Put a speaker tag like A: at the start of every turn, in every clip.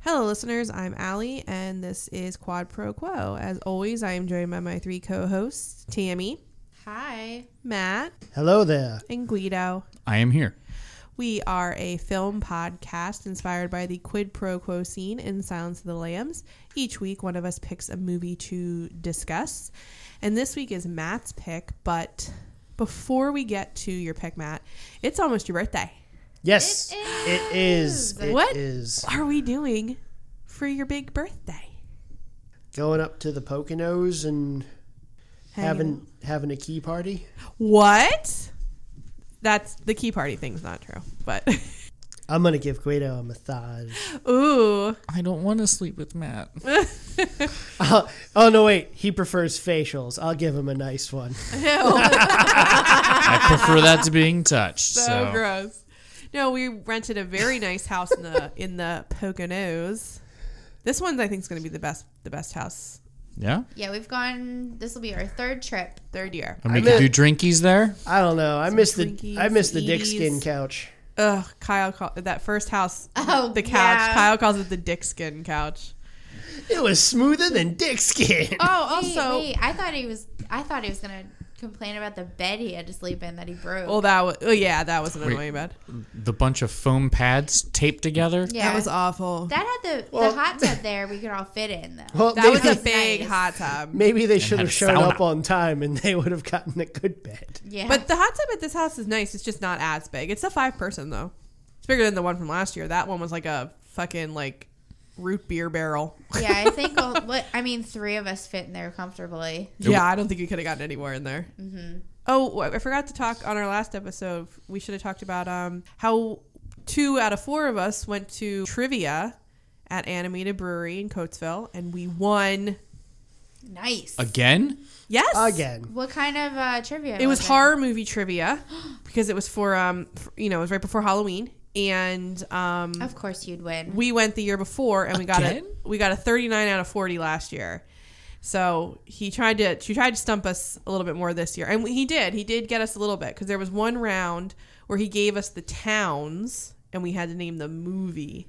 A: Hello, listeners. I'm Allie, and this is Quad Pro Quo. As always, I am joined by my three co hosts, Tammy,
B: Hi.
A: Matt,
C: Hello there.
A: and Guido.
D: I am here.
A: We are a film podcast inspired by the quid pro quo scene in Silence of the Lambs. Each week, one of us picks a movie to discuss. And this week is Matt's pick, but before we get to your pick, Matt, it's almost your birthday.
C: Yes, it is. It is.
A: What? Are we doing for your big birthday?
C: Going up to the Poconos and having having a key party.
A: What? That's the key party thing's not true, but
C: I'm gonna give Guido a massage.
A: ooh,
D: I don't want to sleep with Matt.
C: Oh, oh no, wait. He prefers facials. I'll give him a nice one.
D: I prefer that to being touched.
A: so,
D: So,
A: gross. No, we rented a very nice house in the in the Poconos. This one's I think is going to be the best the best house
D: yeah,
B: Yeah, we've gone. This will be our third trip.
A: third year.
D: and we
C: I
D: could do
C: meant-
D: drinkies there.
C: I don't know. I missed the
A: Twinkies,
C: I missed the dick
A: Edie's.
C: skin couch.
A: Ugh, Kyle call, that first house
B: Oh,
A: the couch.
B: yeah.
A: Kyle calls it the dick skin couch.
C: It was smoother than dick skin.
A: Oh,
B: Wait,
A: also,
B: wait, I thought he was. I thought he was gonna complain about the bed he had to sleep in that he broke.
A: well that was oh yeah that was an
D: Wait.
A: annoying bed.
D: The bunch of foam pads taped together.
B: yeah,
A: That was awful. That,
B: That had the
C: Well-
B: the hot tub there. We could all fit in though.
C: Well,
A: was
C: maybe,
A: a big
B: nice.
A: hot tub.
C: maybe they should
D: had
C: have
D: a
C: shown
D: sauna.
C: up on time, and they would have gotten a good bed.
B: yeah,
A: But the hot tub at this house is nice. It's just not as big. It's a five person though. It's bigger than the one from last year. That one was like a fucking like root beer barrel.
B: yeah, I think. All, what I mean, three of us fit in there comfortably.
A: Yeah, I don't think you could have gotten anywhere in there.
B: Mm-hmm.
A: Oh, wh- I forgot to talk on our last episode. We should have talked about um, how two out of four of us went to trivia at Animated Brewery in Coatesville, and we won.
B: Nice.
D: Again,
A: Yes,
C: Again,
B: What kind of uh, trivia?
A: It was horror movie trivia because it was for um, f you know, it was right before Halloween, and um,
B: Of course, you'd win.
A: we went the year before and we got a
D: Again?
A: we got a 39 out of 40 last year so he tried to she tried to stump us a little bit more this year and he did he did get us a little bit because there was one round where he gave us the towns and we had to name the movie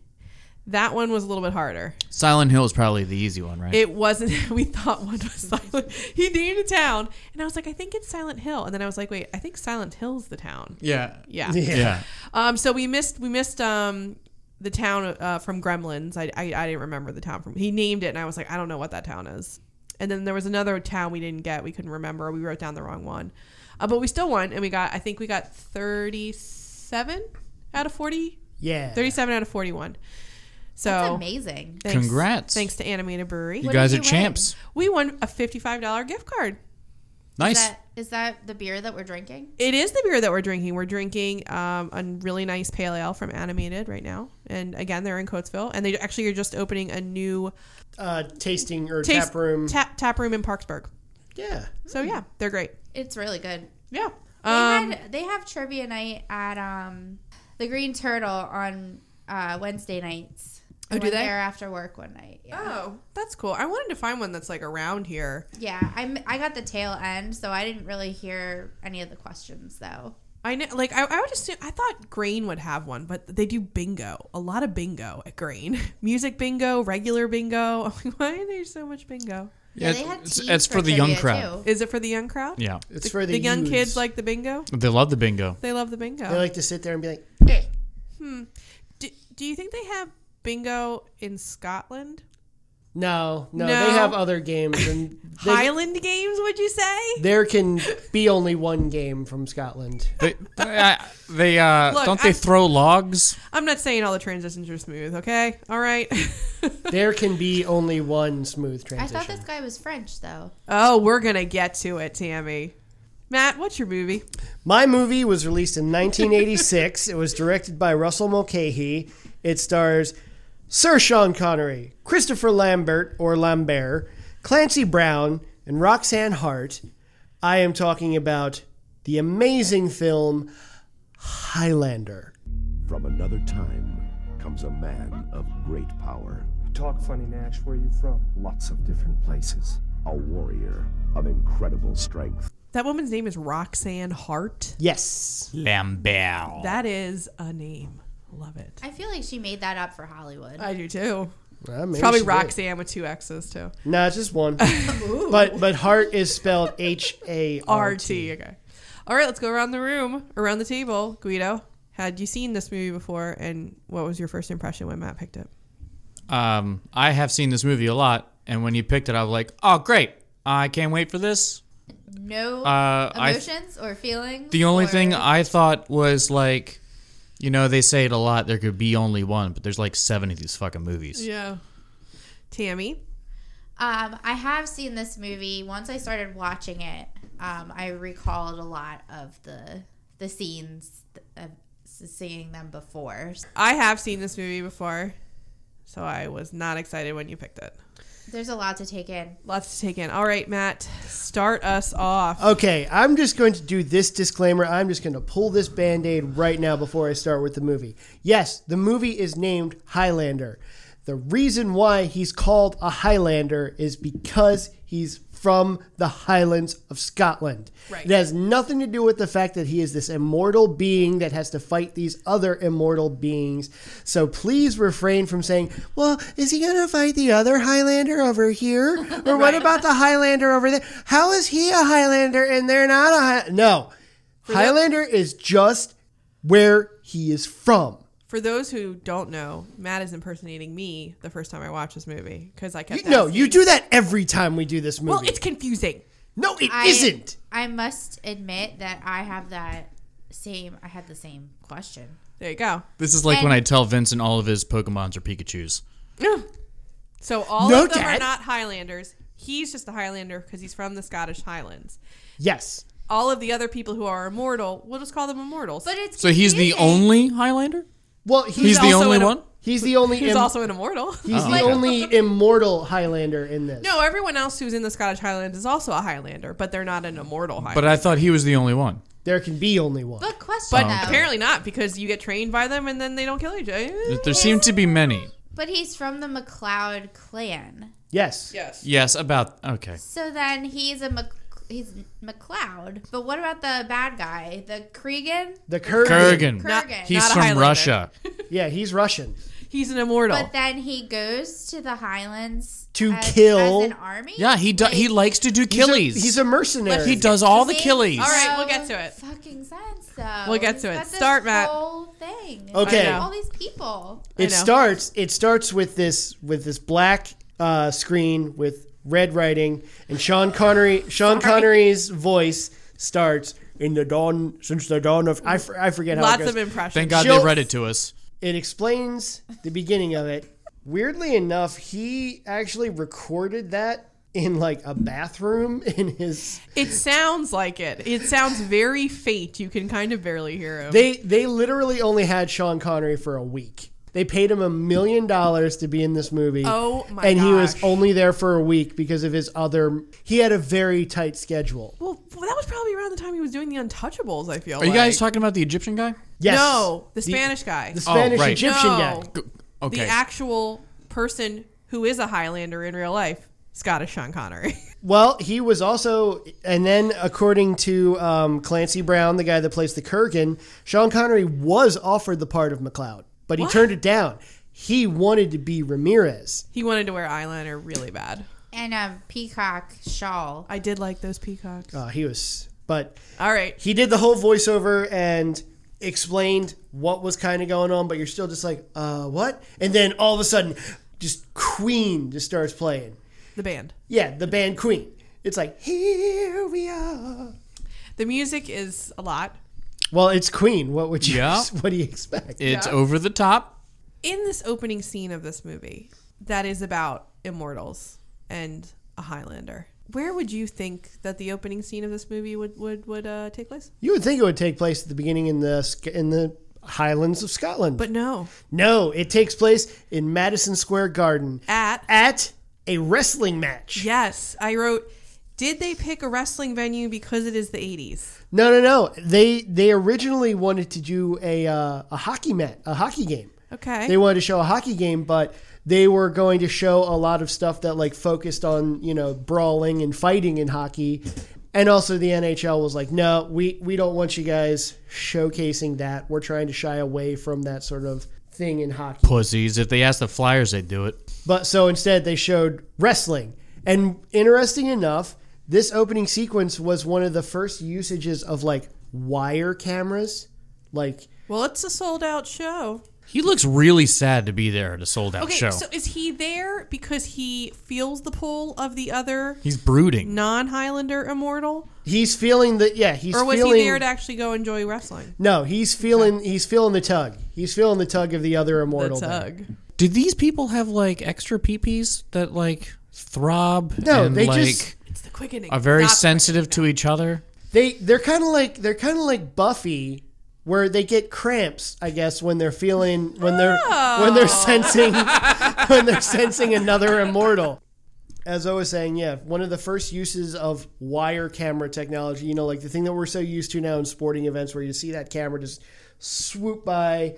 A: that one was a little bit harder
D: Silent Hill is probably the easy one, right?
A: it wasn't we thought one was silent he named a town and i was like i think it's silent hill and then i was like wait i think silent hill's the town
D: yeah.
A: yeah
C: Yeah.
D: Yeah.
A: um, so we missed we missed um the town uh, from Gremlins. I, I I didn't remember the town from. He named it, and I was like, I don't know what that town is. And then there was another town we didn't get. We couldn't remember. We wrote down the wrong one, uh, but we still won, and we got. I think we got thirty seven out of forty.
C: yeah.
A: Thirty seven out of forty one. So
B: That's amazing.
A: thanks-
D: Congrats.
A: Thanks to Animated Brewery,
D: You
B: What
D: guys
B: did
D: are
B: you win?
D: champs.
A: we won a fifty five dollar gift card.
D: Nice.
B: Is that, is that the beer that we're drinking?
A: It is the beer that we're drinking. We're drinking um, a really nice pale ale from Animated right now, and again, they're in Coatesville, and they actually are just opening a new
C: Uh, tasting or
A: taste-
C: tap room.
A: tap tap room in Parksburg.
C: yeah.
A: So yeah, they're great.
B: It's really good.
A: Yeah,
B: They,
A: um,
B: had, they have trivia night at um, the Green Turtle on uh, Wednesday nights. I
A: Oh, do
B: went
A: they?
B: There after work one night. Yeah,
A: oh, that's cool. I wanted to find one that's like around here.
B: yeah. I'm, I got the tail end, so I didn't really hear any of the questions though.
A: I know, like I, I would assume I thought Grain would have one, but they do bingo, a lot of bingo at Grain. Music bingo, regular bingo. I'm like, Why are there so much bingo?
B: Yeah, they had
D: it's,
B: teas
D: it's for the young
B: trivia,
D: crowd.
B: too.
A: Is it for the young crowd?
D: Yeah.
C: It's for the,
A: the young
C: youths.
A: kids like the bingo.
D: They love the bingo.
A: They love the bingo.
C: They like to sit there and be like,
A: Do, do you think they have bingo in Scotland?
C: no, no,
A: No.
C: they have other games and they,
A: Highland games, would you say?
C: there can be only one game from Scotland.
D: They, they, uh, they uh,
A: Look,
D: don't they
A: I-
D: throw logs?
A: I'm not saying all the transitions are smooth, okay? All right.
C: There can be only one smooth
B: I
C: transition.
B: thought this guy was French though.
A: oh, we're going to get to it, Tammy. Matt, what's your movie?
C: My movie was released in 1986. it was directed by Russell Mulcahy. It stars Sir Sean Connery, Christopher Lambert or Lambert, Clancy Brown, and Roxanne Hart. I am talking about the amazing film Highlander.
E: From another time comes a man of great power,
F: Talk funny, Nash. Where are you from?
E: lots of different places, a warrior of incredible strength.
A: That woman's name is Roxanne Hart.
C: Yes.
D: Lambert.
A: That is a name. Love it.
B: I feel like she made that up for Hollywood.
A: I do too.
C: Uh, maybe
A: It's probably
C: she did.
A: Roxanne with two X's too.
C: Nah, just one. but but heart is spelled H A
A: R
C: R
A: T.
C: T.
A: Okay. All right, let's go around the room, around the table. Guido, had you seen this movie before, and what was your first impression when Matt picked it?
D: Um, I have seen this movie a lot, and when you picked it, I was like, "Oh, great! I can't wait for this."
B: No
D: Uh, I-
B: emotions or feelings.
D: The only
B: or-
D: thing I thought was like, you know, they say it a lot. There could be only one, but there's like seven of these fucking movies.
A: Yeah. Tammy.
B: Um, I have seen this movie. Once I started watching it, um, I recalled a lot of the the scenes of seeing them before.
A: I have seen this movie before, so I was not excited when you picked it.
B: There's a lot to take in.
A: Lots to take in. All right, Matt, start us off.
C: Okay, I'm just going to do this disclaimer. I'm just going to pull this band aid right now before I start with the movie. Yes, the movie is named Highlander. The reason why he's called a Highlander is because he's from the Highlands of Scotland.
A: Right.
C: It has nothing to do with the fact that he is this immortal being that has to fight these other immortal beings. So please refrain from saying, well, is he going to fight the other Highlander over here? Or what about the Highlander over there? How is he a Highlander and they're not a Highlander? No. Highlander is just where he is from.
A: For those who don't know, Matt is impersonating me the first time I watched this movie because I kept.
C: You, no, you
A: asking-
C: do that every time we do this movie.
A: Well, it's confusing.
C: no, it
B: I,
C: not
B: I must admit that I have that same. I had the same question.
A: There you go.
D: This is like when
B: And-
D: I tell Vincent all of his Pokemons are Pikachu's.
A: So all
C: No,
A: of them
C: Dad.
A: are not Highlanders. He's just a Highlander because he's from the Scottish Highlands.
C: Yes.
A: All of the other people who are immortal, we'll just call them immortals.
B: But it's
D: So he's the
B: confusing.
D: only Highlander.
C: Well, he's,
D: He's, the
A: also
D: only
A: in a-
D: one.
C: he's the only
A: he's
C: im-
A: also an immortal.
C: he's
D: Oh,
C: the
D: okay.
C: only immortal Highlander in this.
A: no, everyone else who's in the Scottish Highlands is also a Highlander, but they're not an immortal Highlander.
D: But I thought he was the only one.
C: There can be only one.
B: But question
D: But
B: though.
A: Apparently not, because you get trained by them and then they don't kill Eh, each other.
D: There- There seem to be many.
B: But he's from the McLeod clan.
C: Yes.
A: Yes.
D: Yes, about okay.
B: So then he's a Mc, he's McLeod. But what about the bad guy, the Cregan?
C: The Kurgan.
D: Kurgan.
B: Not-
D: he's
A: not a
D: from
A: Highlander.
D: Russia.
C: Yeah, he's Russian.
A: He's an immortal.
B: But then he goes to the Highlands
C: To
B: as-
C: kill-
B: as an army.
D: Yeah, he do, he likes to do
C: He's a-
D: killies.
C: He's a, mercenary.
D: he does all the
B: Makes
D: killies.
A: All right, we'll
B: no
A: get to it.
B: Fucking sense though.
A: We'll get to
B: He's
A: it.
B: got this
A: Start, Matt.
B: Whole thing.
C: Okay.
A: I know.
B: All these people.
C: it
A: I know.
C: starts. It starts with this with this black uh, screen with red writing, and Sean Connery. Sean Connery's voice starts in the dawn since the dawn of I, f- I forget how it
A: Lots
C: goes.
A: of impressions.
D: Thank God
C: She'll-
D: they read it to us.
C: it explains the beginning of it. Weirdly enough, he actually recorded that in like a bathroom in his
A: It sounds like it. It sounds very faint. You can kind of barely hear him.
C: They they literally only had Sean Connery for a week. They paid him a million dollars to be in this movie.
A: Oh my
C: And he was
A: gosh.
C: only there for a week because of his other. He had a very tight schedule.
A: well, that was probably around the time he was doing the Untouchables. I feel.
D: Are you guys talking about the Egyptian guy?
C: Yes.
A: No, the Spanish guy.
C: The Spanish
D: right.
C: Egyptian
A: No.
C: guy.
D: G- Okay.
A: the actual person who is a Highlander in real life, Scottish Sean Connery.
C: Well, he was also, and then according to um, Clancy Brown, the guy that plays the Kurgan, Sean Connery was offered the part of McLeod, but he turned it down. He wanted to be Ramirez.
A: he wanted to wear eyeliner really bad.
B: And a peacock shawl.
A: I did like those peacocks.
C: Uh, he was, but
A: All right.
C: he did the whole voiceover and explained what was kind of going on, but you're still just like, uh, what? And then all of a sudden, just Queen just starts playing.
A: The band.
C: Yeah, the band Queen. It's like, here we are.
A: The music is a lot.
C: Well, it's Queen. What would you?
D: Yeah.
C: What do you expect?
D: it's over the top.
A: In this opening scene of this movie, that is about immortals and a Highlander. Where would you think that the opening scene of this movie would would would uh, take place?
C: you would think it would take place at the beginning in the Sc- in the Highlands of Scotland,
A: But no,
C: no, it takes place in Madison Square Garden
A: at
C: at a wrestling match.
A: yes, I wrote. Did they pick a wrestling venue because it is the 80s?
C: No, no, no. They they originally wanted to do a uh, a hockey mat, a hockey game.
A: Okay.
C: They wanted to show a hockey game, but they were going to show a lot of stuff that like focused on you know brawling and fighting in hockey, and also the NHL was like, no, we we don't want you guys showcasing that. We're trying to shy away from that sort of thing in hockey.
D: Pussies. If they asked the Flyers, they'd do it.
C: But so instead, they showed wrestling. And interesting enough, this opening sequence was one of the first usages of like wire cameras. Like,
A: Well, it's a sold out show.
D: He looks really sad to be there at a sold out
A: Okay,
D: show.
A: so is he there because he feels the pull of the other
D: He's brooding.
A: non Highlander immortal?
C: he's feeling the yeah. He's
A: Or was
C: feeling
A: he there to actually go enjoy wrestling?
C: no. He's feeling he's feeling the tug. He's feeling the tug of the other
A: The
C: immortal. there.
A: tug.
D: Do these people have like extra peepees that like throb?
C: No,
D: and,
C: they
D: like,
C: just-
A: It's the quickening.
D: are very
A: Not-
D: sensitive to each other.
C: They they're kind of like they're kind of like Buffy. Where they get cramps, I guess, when they're feeling when they're when they're sensing when they're sensing another immortal. as I was saying, yeah, one of the first uses of wire camera technology, you know, like the thing that we're so used to now in sporting events where you see that camera just swoop by.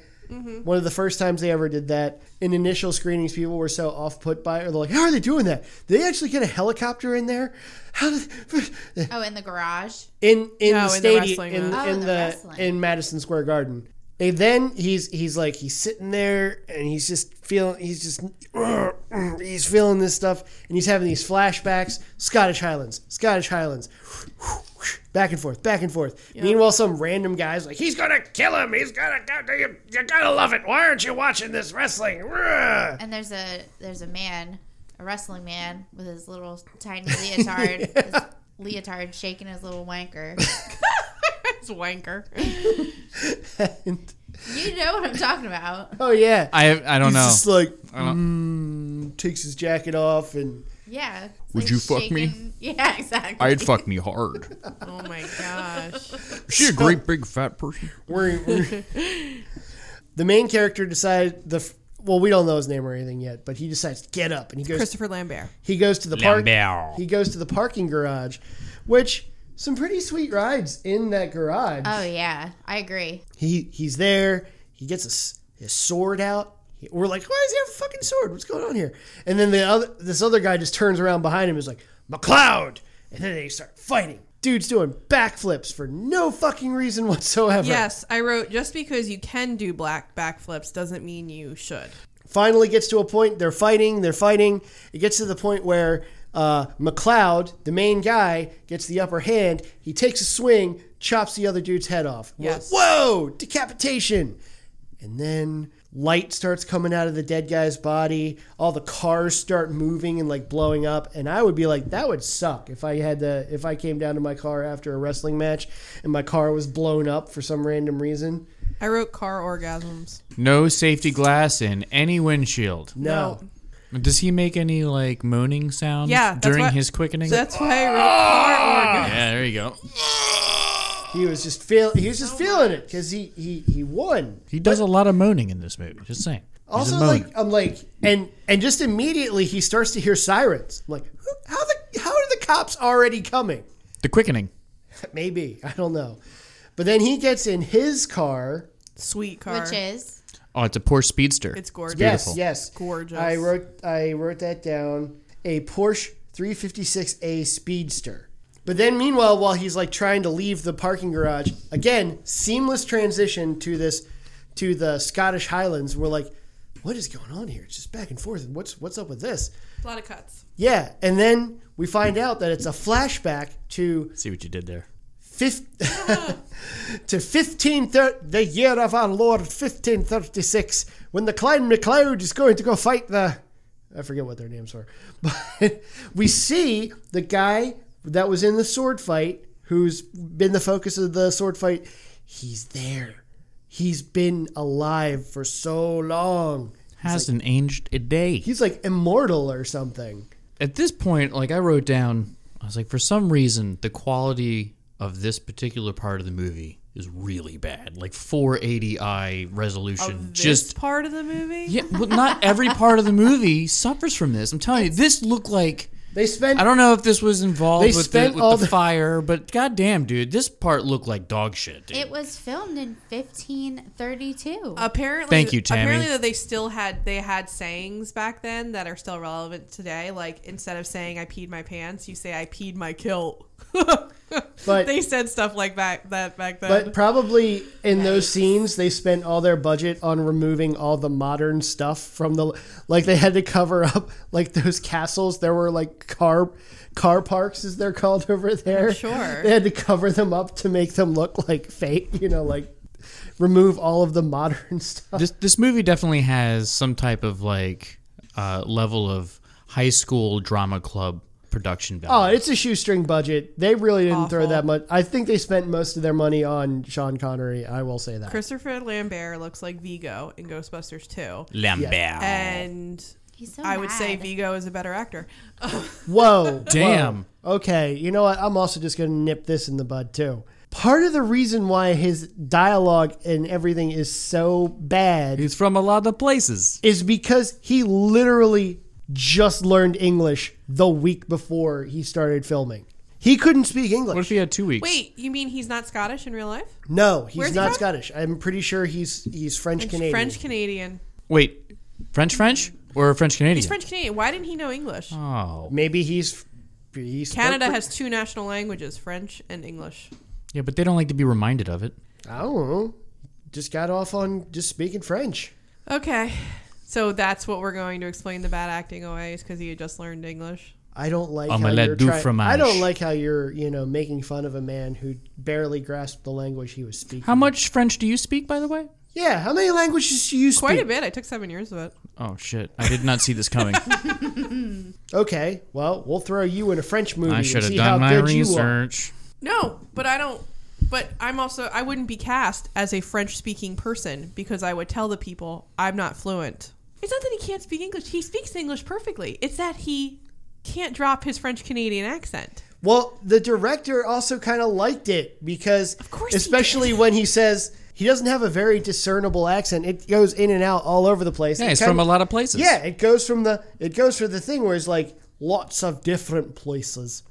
C: One of the first times they ever did that in initial screenings, people were so off put by it. Or they're like, how are they doing that? Did they actually get a helicopter in there? How did
B: Oh, in the garage.
C: in in
A: No, in
C: the
A: the
C: stadium
A: wrestling
C: in,
A: one.
B: Oh,
C: in
B: the
C: the,
B: wrestling.
C: in Madison Square Garden. And then he's he's like he's sitting there and he's just feeling he's just "Ugh, ugh," he's feeling this stuff and he's having these flashbacks Scottish Highlands Scottish Highlands back and forth back and forth meanwhile some random guy's like he's gonna kill him he's gonna you, you gotta love it why aren't you watching this wrestling Ugh."
B: and there's a there's a man, a wrestling man with his little tiny leotard, his leotard shaking his little wanker.
A: It's wanker.
C: And-
B: You know what I'm talking about?
C: oh yeah
D: I I don't
C: he's
D: know.
C: just like mm, takes his jacket off and
B: Yeah. it's
D: Would
B: like
D: you fuck me?
B: shaking- Yeah, exactly.
D: fuck me hard.
A: Oh my gosh.
D: Is she a great big fat person?
C: we're, we're- the main character decided the f- well we don't know his name or anything yet but he decides to get up and he goes
A: Christopher Lambert.
C: he goes to the park
D: Lambert.
C: he goes to the parking garage which some pretty sweet rides in that garage
B: Oh yeah, I agree.
C: he he's there he gets his, his sword out He- we're like why does he have a fucking sword what's going on here and then the other this other guy just turns around behind him and is like McLeod and then they start fighting dude's doing backflips for no fucking reason whatsoever
A: Yes, I wrote just because you can do black backflips doesn't mean you should.
C: finally gets to a point they're fighting they're fighting it gets to the point where uh, mcleod the main guy gets the upper hand he takes a swing chops the other dude's head off We're
A: Yes.
C: like, whoa decapitation and then light starts coming out of the dead guy's body all the cars start moving and like blowing up and i would be like that would suck if i had the if i came down to my car after a wrestling match and my car was blown up for some random reason
A: I wrote car orgasms.
D: No safety glass in any windshield.
C: no,
D: Does he make any like moaning sounds
A: Yeah, that's
D: during
A: why-
D: his quickening? Ah!
A: That's why I wrote car orgasms.
D: yeah, there you go.
C: he was just feel he was just feeling it because he he he won
D: He does a lot of moaning in this movie. Just saying. He's a
C: Also,
D: moaner.
C: like I'm like, and and just immediately he starts to hear sirens. I'm like, "Who- how the how are the cops already coming?
D: the quickening.
C: Maybe I don't know, but then he gets in his car.
A: Sweet car.
B: Which is
D: Oh, it's a poor speedster.
A: It's gorgeous.
C: Yes,
D: Beautiful.
C: yes,
A: Gorgeous.
C: I wrote I wrote that down. A Porsche 356A Speedster. But then, meanwhile, while he's like trying to leave the parking garage, again, seamless transition to this to the Scottish Highlands. We're like, what is going on here? It's just back and forth. And what's what's up with this?
A: A lot of cuts.
C: Yeah, and then we find out that it's a flashback to
D: See what you did there.
C: fif- to fifteen thir- the year of our Lord fifteen thirty six, when the Klein McLeod is going to go fight the I forget what their names were, but we see the guy that was in the sword fight, who's been the focus of the sword fight. He's there. He's been alive for so long.
D: Hasn't aged a day.
C: He's like immortal or something.
D: at this point, like I wrote down, I was like, for some reason, the quality of this particular part of the movie is really bad. Like 480i resolution,
A: This
D: just
A: part of the movie.
D: yeah. Well, not every part of the movie suffers from this. I'm telling you, this looked like
C: They spent
D: I don't know if this was involved
C: They
D: with, the,
C: spent
D: with
C: all
D: the
C: the-
D: fire, but goddamn, dude, this part looked like dog shit. Dude.
B: it was filmed in
A: Uh,
B: 1532.
A: Apparently,
D: Thank you, Tammy.
A: Apparently, though, they still had they had sayings back then that are still relevant today. Like instead of saying "I peed my pants," you say "I peed my kilt."
C: But
A: They said stuff like back that back then.
C: But probably in those scenes, they spent all their budget on removing all the modern stuff from the. Like they had to cover up like those castles. There were like car car parks, as they're called over there.
A: sure.
C: They had to cover them up to make them look like fake. You know, like remove all of the modern stuff.
D: this this movie definitely has some type of like uh, level of high school drama club production
C: Oh,
D: value.
C: it's a shoestring budget. They really didn't throw
A: Awful.
C: that much. I think they spent most of their money on Sean Connery. I will say that.
A: Christopher Lambert looks like Vigo in Ghostbusters 2.
D: Lambert.
A: And
B: He's so
A: I would say
B: mad.
A: Vigo is a better actor.
C: Whoa.
D: Damn.
C: Whoa. Okay. You know what? I'm also just going to nip this in the bud, too. Part of the reason why his dialogue and everything is so bad
D: He's from a lot of places.
C: is because he literally just learned English the week before he started filming. He couldn't speak English.
D: What if he had two weeks?
A: Wait, you mean he's not Scottish in real life?
C: no,
A: Where's
C: he's
A: he
C: not
A: from?
C: Scottish. I'm pretty sure he's he's French Canadian.
A: French Canadian.
D: Wait, French French or French Canadian?
A: He's French Canadian. Why didn't he know English?
D: Oh,
C: Maybe he's, he's
A: Canada has two national languages, French and English.
D: yeah, but they don't like to be reminded of it.
C: I don't know. Just got off on just speaking French.
A: Okay. So that's what we're going to explain the bad acting away is because he had just learned English.
C: I don't like
D: I'm
C: how
D: a la
C: you're
D: du
C: try-
D: fromage.
C: I don't like how you're, you know, making fun of a man who barely grasped the language he was speaking.
D: How much French do you speak, by the way?
C: yeah, how many languages do you speak?
A: Quite a bit. I took seven years of it.
D: Oh shit! I did not see this coming.
C: Okay, well, we'll throw you in a French movie
D: I
C: and
D: should have
C: see how
D: done my
C: good you are.
D: research.
A: No, but I don't. But I'm also I wouldn't be cast as a French speaking person because I would tell the people I'm not fluent. It's not that he can't speak English. He speaks English perfectly. It's that he can't drop his French Canadian accent.
C: Well, the director also kind of liked it because,
A: course he
C: especially when he says he doesn't have a very discernible accent, it goes in and out all over the place.
D: Yeah,
C: It
D: he's
C: kinda-
D: from a lot of places.
C: Yeah, it goes from the it goes for the thing where it's like lots of different places.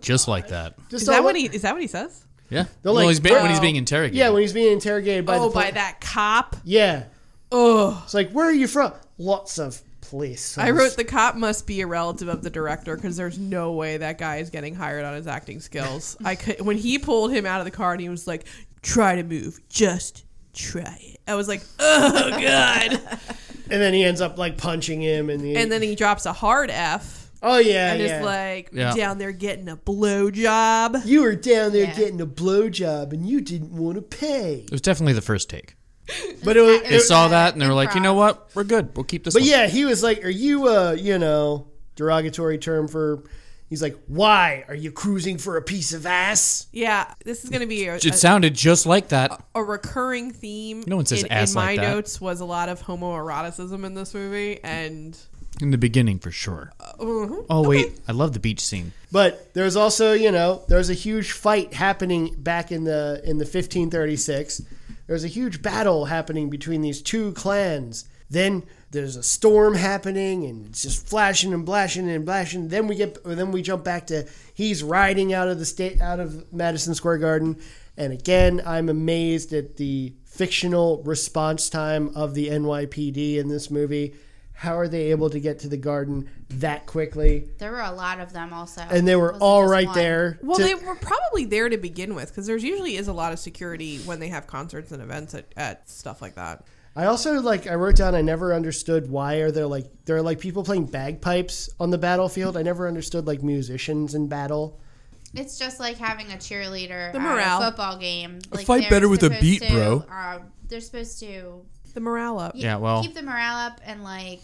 D: just like that.
C: Just
A: Is that
C: all-
A: what he is that what he says?
D: Yeah.
C: They're
D: Well,
C: like-
D: he's been, when he's
A: Oh.
D: being interrogated.
C: Yeah, when he's being interrogated by
A: oh,
C: the
A: by
C: poli-
A: that cop.
C: Yeah.
A: Ugh.
C: It's like, where are you from? Lots of places.
A: I wrote the cop must be a relative of the director because there's no way that guy is getting hired on his acting skills. I could when he pulled him out of the car and he was like, "Try to move, just try it." I was like, "Oh god!"
C: and then he ends up like punching him, and, the,
A: and then he drops a hard F
C: oh yeah,
A: and
C: yeah.
A: is like
D: Yeah.
A: down there getting a blow job.
C: you were down there
B: Yeah.
C: getting a blowjob, and you didn't want to pay.
D: It was definitely the first take.
C: But it was,
D: They
C: it-
D: saw that and they were like, you know
B: Improv.
D: what? We're good. We'll keep this.
C: but
D: one.
C: yeah, he was like, "Are you a you know derogatory term for?" He's like, "Why are you cruising for a piece of ass?"
A: Yeah, this is going to be a,
D: it sounded just like that.
A: a recurring theme.
D: No one says
A: in,
D: ass
A: in my
D: like that.
A: notes was a lot of homoeroticism in this movie, and
D: In the beginning, for sure.
A: Uh,
D: oh, wait. I love the beach scene.
C: But there's also you know there's a huge fight happening back in the in the 1536. There's a huge battle happening between these two clans. Then there's a storm happening and it's just flashing and blashing and blashing. Then we get then we jump back to he's riding out of the state out of Madison Square Garden. And again, I'm amazed at the fictional response time of the NYPD in this movie. How are they able to get to the garden that quickly?
B: There were a lot of them also,
C: and they were
B: Wasn't
C: all
B: just
C: right
B: one.
C: there.
A: well,
C: to-
A: they were probably there to begin with because there's usually is a lot of security when they have concerts and events at, at stuff like that.
C: I also like I wrote down I never understood why are there like there are like people playing bagpipes on the battlefield. I never understood like musicians in battle.
B: It's just like having a cheerleader
A: The
B: at
A: morale.
B: a football game. Like,
D: fight
B: they're
D: better with a
B: supposed
D: beat,
B: to,
D: bro.
B: Uh, they're supposed to
A: The morale up.
D: Yeah, well-
B: keep the morale up and like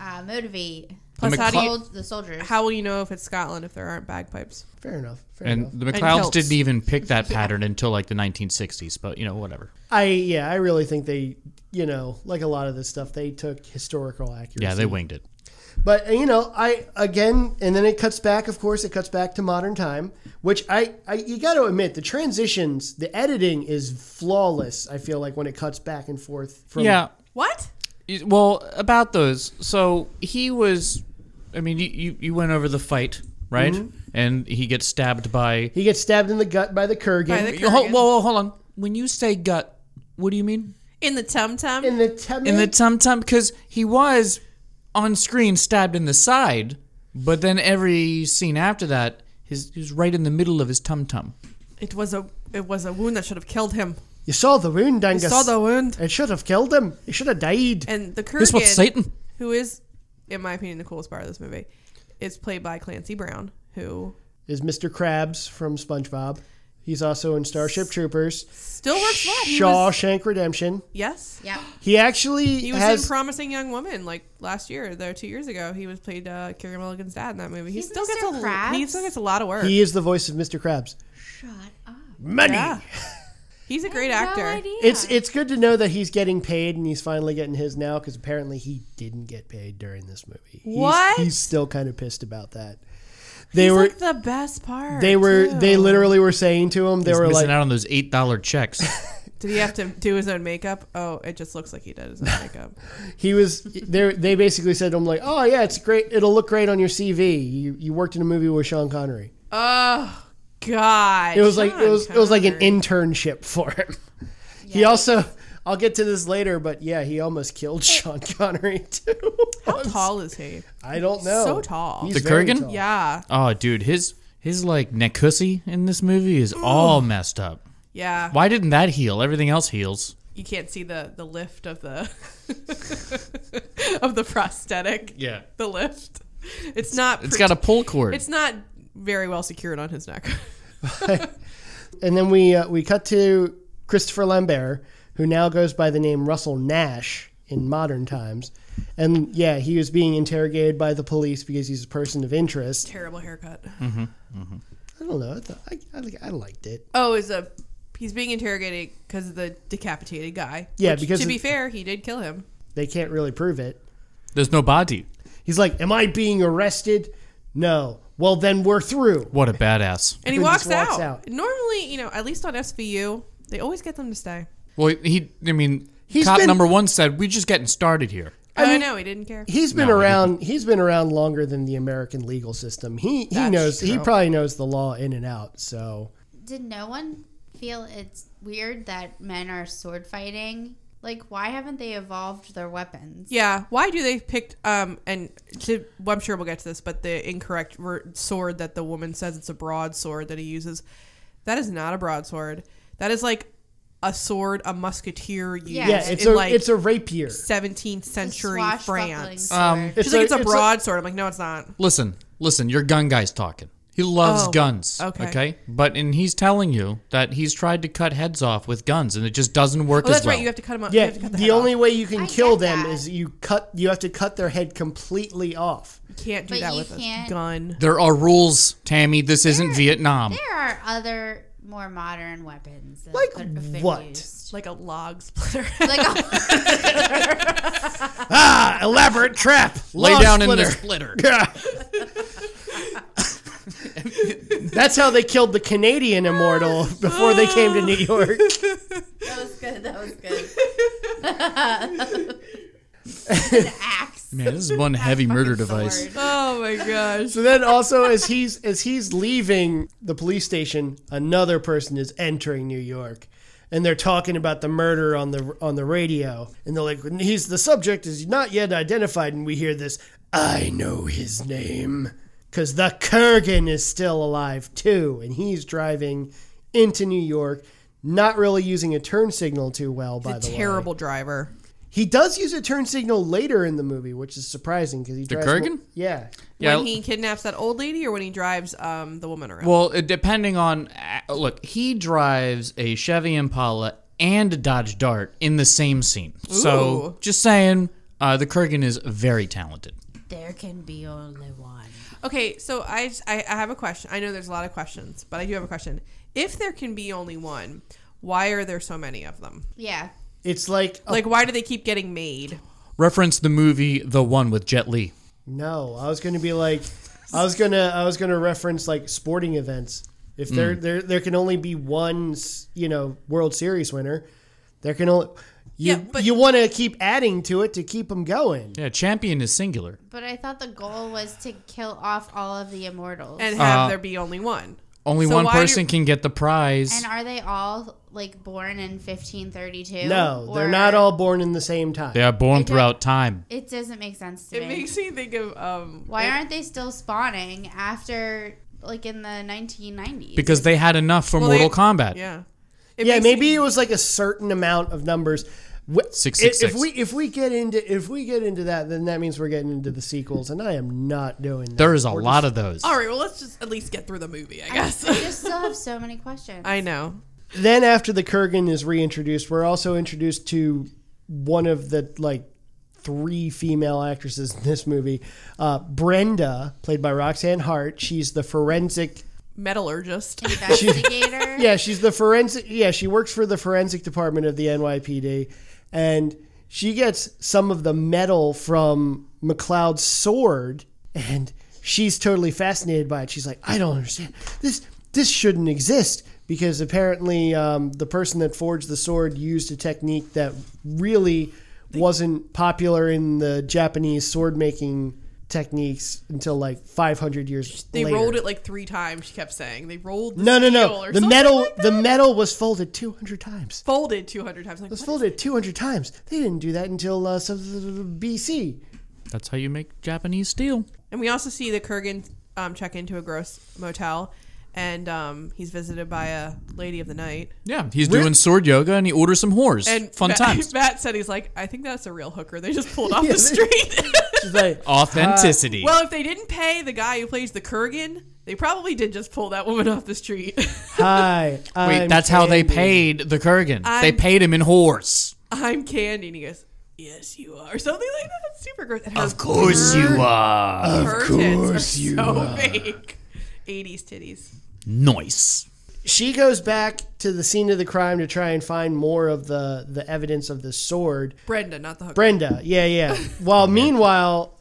B: uh, motivate
A: Plus,
D: The
A: how, do
D: McClo-
A: you,
B: sold- the soldiers.
A: how will you know if it's Scotland if there aren't bagpipes?
C: Fair enough. Fair
D: And
C: enough.
D: the McLeods
A: kilts.
D: didn't even pick that pattern until like the 1960s, but you know, whatever.
C: I yeah, I really think they you know, like a lot of this stuff, they took historical accuracy.
D: Yeah, they winged it.
C: But uh, you know, I again, and then it cuts back. Of course, it cuts back to modern time, which I, I you got to admit the transitions, the editing is flawless. I feel like when it cuts back and forth. From,
D: Yeah.
A: What?
D: You- Well, about those. So he was, I mean, you, you, you went over the fight, right? And he gets stabbed by.
C: he gets stabbed in the gut by the Kurgan.
A: By the
D: Yo, hol-
A: Kurgan.
D: whoa, whoa, hold on. When you say gut, what do you mean?
A: In the tum tum?
C: in the tummy.
D: In the tum tum, because he was on screen stabbed in the side, but then every scene after that, His, he was right in the middle of his tum tum.
A: It was a it was a wound that should have killed him.
C: You saw the wound,
A: You
C: Angus.
A: saw the wound,
C: It should have killed him. He should have died.
A: and the Kurgan,
D: This was Satan.
A: who is, in my opinion, the coolest part of this movie, is played by Clancy Brown, who
C: Is Mr. Krabs from SpongeBob? He's also in Starship Troopers,
A: still works well. He was-
C: Shawshank Redemption.
A: yes,
B: Yep.
C: He actually
A: He was
C: has
A: in Promising Young Woman like last year, though two years ago. He was played uh, Kieran Mulligan's dad in that movie. He
B: He's
A: still
B: Mr.
A: gets a
B: Krabs?
A: he still gets a lot of work.
C: He is the voice of Mr. Krabs.
B: Shut up.
C: Money.
A: yeah. He's a great actor.
B: No idea.
C: It's it's good to know that he's getting paid and he's finally getting his now because apparently he didn't get paid during this movie. He's-
A: What?
C: He's, still kind of pissed about that. They
A: He's
C: were
A: like the best part.
C: they were
A: too.
C: they literally were saying to him they
D: He's
C: were
D: missing
C: like
D: out on those eight dollar checks.
A: Did he have to do his own makeup? Oh, it just looks like he did his own makeup.
C: he was they they basically said to him like oh yeah it's great it'll look great on your CV you you worked in a movie with Sean Connery
A: Oh God!
C: it was like it
A: Sean
C: was it was like an
A: Connery.
C: internship for him. He also. I'll get to this later, but yeah, he almost killed Sean Connery too.
A: How tall is he?
C: I don't know.
A: So tall.
C: He's
D: The
C: very
D: Kurgan?
C: tall.
A: Yeah,
D: oh, dude, his his like nekusi in this movie is all messed up.
A: yeah.
D: Why didn't that heal? Everything else heals.
A: You can't see the the lift of the of the prosthetic.
D: Yeah.
A: the lift. It's not.
D: It's got a pull cord.
A: It's not very well secured on his neck.
C: and then we uh, we cut to Christopher Lambert, who now goes by the name Russell Nash in modern times. And yeah, he was being interrogated by the police because he's a person of interest.
A: Terrible haircut.
C: I don't know. I thought, I, I, like- I liked it.
A: Oh, is a he's being interrogated because of the decapitated guy.
C: Yeah, because
A: to be
C: it-
A: fair, he did kill him.
C: They can't really prove it.
D: There's no body.
C: He's like, "Am I being arrested?" No. Well, then we're through.
D: What a badass.
A: And he
C: Then
A: walks,
C: just walks
A: out.
C: out.
A: Normally, you know, at least on SVU, they always get them to stay.
D: Well, he. I mean,
C: He's
D: cop
C: been-
D: number one said, "We just getting started here."
A: Oh, I,
C: mean-
A: know he didn't care.
C: He's been
D: No, I
C: around. He's been around longer than the American legal system. He he
A: That's
C: knows. He
A: true.
C: probably knows the law in and out. So
B: Did no one feel it's weird that men are sword fighting? Like, why haven't they evolved their weapons?
A: Yeah, why do they pick um and to, well, I'm sure we'll get to this, but the incorrect word, sword that the woman says it's a broadsword that he uses, that is not a broadsword. That is like a sword a musketeer used
B: Yeah,
C: yeah,
B: Yes,
C: it's
A: in
C: a
A: like
C: it's a rapier.
A: 17th century
B: Swashbuckling
A: France.
B: sword.
C: Um,
A: She's like, it's a broadsword. I'm like, no, it's not.
D: Listen, listen. Your gun guy's talking. He loves
A: Oh,
D: guns.
A: okay.
D: Okay. Okay. But and he's telling you that he's tried to cut heads off with guns, and it just doesn't work
A: Oh, that's
D: as well.
A: right. You have to cut him up. you
C: Yeah,
A: have to cut the,
C: the
A: head off.
C: only way you can
B: I
C: kill
B: get
C: them
B: that.
C: is you cut. You have to cut their head completely off.
A: You can't do
B: But
A: that
B: you
A: with a
B: can't-
A: gun.
D: there are rules, Tammy. This isn't Vietnam.
B: There are other more modern weapons. That
C: Like
B: could have been
C: what?
B: used.
A: Like a log splitter.
B: Like, oh, a,
C: Ah, elaborate trap.
D: Lay
C: Law
D: down in
C: splitter.
D: the splitter.
C: That's how they killed the Canadian immortal before they came to New York.
B: that was good. That was good. An axe.
D: Man, this is one heavy murder device.
B: Sword.
A: oh my gosh.
C: So then, also as he's as he's leaving the police station, another person is entering New York, and they're talking about the murder on the on the radio, and they're like, "He's the subject is not yet identified," and we hear this, "I know his name," because the Kurgan is still alive too, and he's driving into New York. Not really using a turn signal too well, by
A: A
C: the way.
A: terrible driver.
C: He does use a turn signal later in the movie, which is surprising because he the
D: Kurgan?
C: Yeah,
D: Yeah.
A: when he kidnaps that old lady or when he drives um, the woman around?
D: Well, it- depending on uh, look, he drives a Chevy Impala and a Dodge Dart in the same scene.
A: Ooh.
D: So just saying, uh, the Kurgan is very talented.
B: There can be only one.
A: okay, so I, just- I I have a question. I know there's a lot of questions, but I do have a question. If there can be only one, why are there so many of them?
B: Yeah.
C: it's like a
A: Like, why do they keep getting made?
D: Reference the movie The One with Jet Li.
C: No, I was going to be like, I was gonna, I was gonna reference like sporting events. If
D: Mm.
C: there, there, there can only be one, s- you know, World Series winner. There can only, you,
A: Yeah, but-
C: you want to keep adding to it to keep them going.
D: Yeah, champion is singular.
B: But I thought the goal was to kill off all of the immortals.
A: and have there be only one.
D: Uh, Only
A: So
D: one
A: why do-
D: person can get the prize.
B: And are they all like born in 1532?
C: No, they're
B: Or-
C: not all born in the same time.
D: they are born throughout time.
B: It doesn't make sense to
A: It
B: me.
A: makes me think of um.
B: Why aren't they still spawning after like in the 1990s.
D: because they had enough for
A: Well,
D: Mortal
A: they-
D: Kombat.
A: Yeah. It
C: yeah,
A: makes-
C: maybe it was like a certain amount of numbers. Wh-
D: Six,
C: if-
D: six,
C: If
D: six.
C: we if we get into if we get into that, then that means we're getting into the sequels, and I am not doing that.
D: There is a
C: We're
D: lot
C: just-
D: of those.
A: All right. Well, let's just at least get through the movie, I guess.
B: I just still have so many questions.
A: I know.
C: Then after the Kurgan is reintroduced, we're also introduced to one of the like three female actresses in this movie, uh, Brenda, played by Roxanne Hart. She's the forensic
A: Metallurgist.
B: Investigator.
C: Yeah, she's the forensic. Yeah, she works for the forensic department of the NYPD, and she gets some of the metal from McLeod's sword, and she's totally fascinated by it. She's like, I don't understand this. This shouldn't exist because apparently um, the person that forged the sword used a technique that really wasn't popular in the Japanese sword making techniques until like 500 years
A: They
C: later.
A: rolled it like three times. She kept saying they rolled. The
C: No, no,
A: steel
C: no.
A: or
C: The
A: something
C: metal,
A: like that.
C: the metal was folded 200 times.
A: folded two hundred times. I'm
C: It was
A: Like, what?
C: folded 200 times. They didn't do that until uh, some- BC.
D: That's how you make Japanese steel.
A: And we also see the Kurgan um, check into a gross motel, and um, he's visited by a lady of the night.
D: Yeah, he's doing sword yoga and he orders some whores.
A: And
D: Fun
A: Matt,
D: times.
A: Matt said he's like, I think that's a real hooker. They just pulled off
C: Yeah,
A: the
C: they-
A: street.
C: She's like,
D: Oh. Authenticity.
A: well, if they didn't pay the guy who plays the Kurgan, they probably did just pull that woman off the street.
C: hi.
D: Wait,
C: I'm
D: that's how they
C: Candy."
D: paid the Kurgan. they
A: I'm-
D: paid him in whores.
A: I'm Candy, and he goes, Yes, you are, or something like that. It's super gross. And her-
D: are.
A: Her of course you so fake. 80s titties.
D: Nice.
C: She goes back to the scene of the crime to try and find more of the, the evidence of the sword.
A: Brenda, not the hooker.
C: Brenda, yeah, yeah. While meanwhile,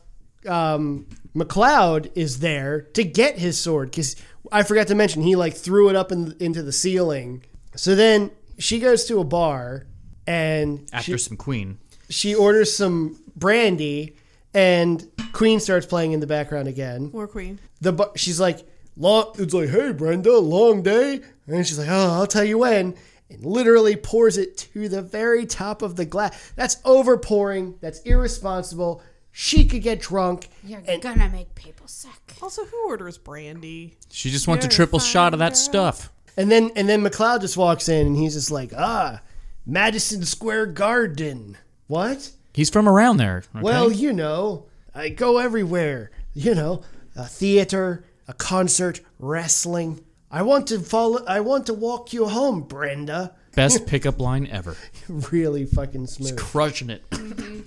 C: um, McLeod is there to get his sword because I forgot to mention he like threw it up in, into the ceiling. So then she goes to a bar and she,
D: After some Queen.
C: she orders some brandy and Queen starts playing in the background again.
A: War Queen.
C: The bar, she's like, long, it's like, hey Brenda, long day, and she's like, oh, I'll tell you when. And literally pours it to the very top of the glass. That's overpouring. That's irresponsible. She could get drunk.
B: You're
C: and
B: gonna make people sick.
A: Also, who orders brandy?
D: She just wants a triple shot of that stuff.
C: And then and then McLeod just walks in and he's just like, ah, Madison Square Garden. What?
D: He's from around there. okay?
C: Well, you know, I go everywhere. You know, a theater, a concert, wrestling. I want to follow. I want to walk you home, Brenda.
D: best pickup line ever.
C: Really fucking smooth.
D: Crushing it.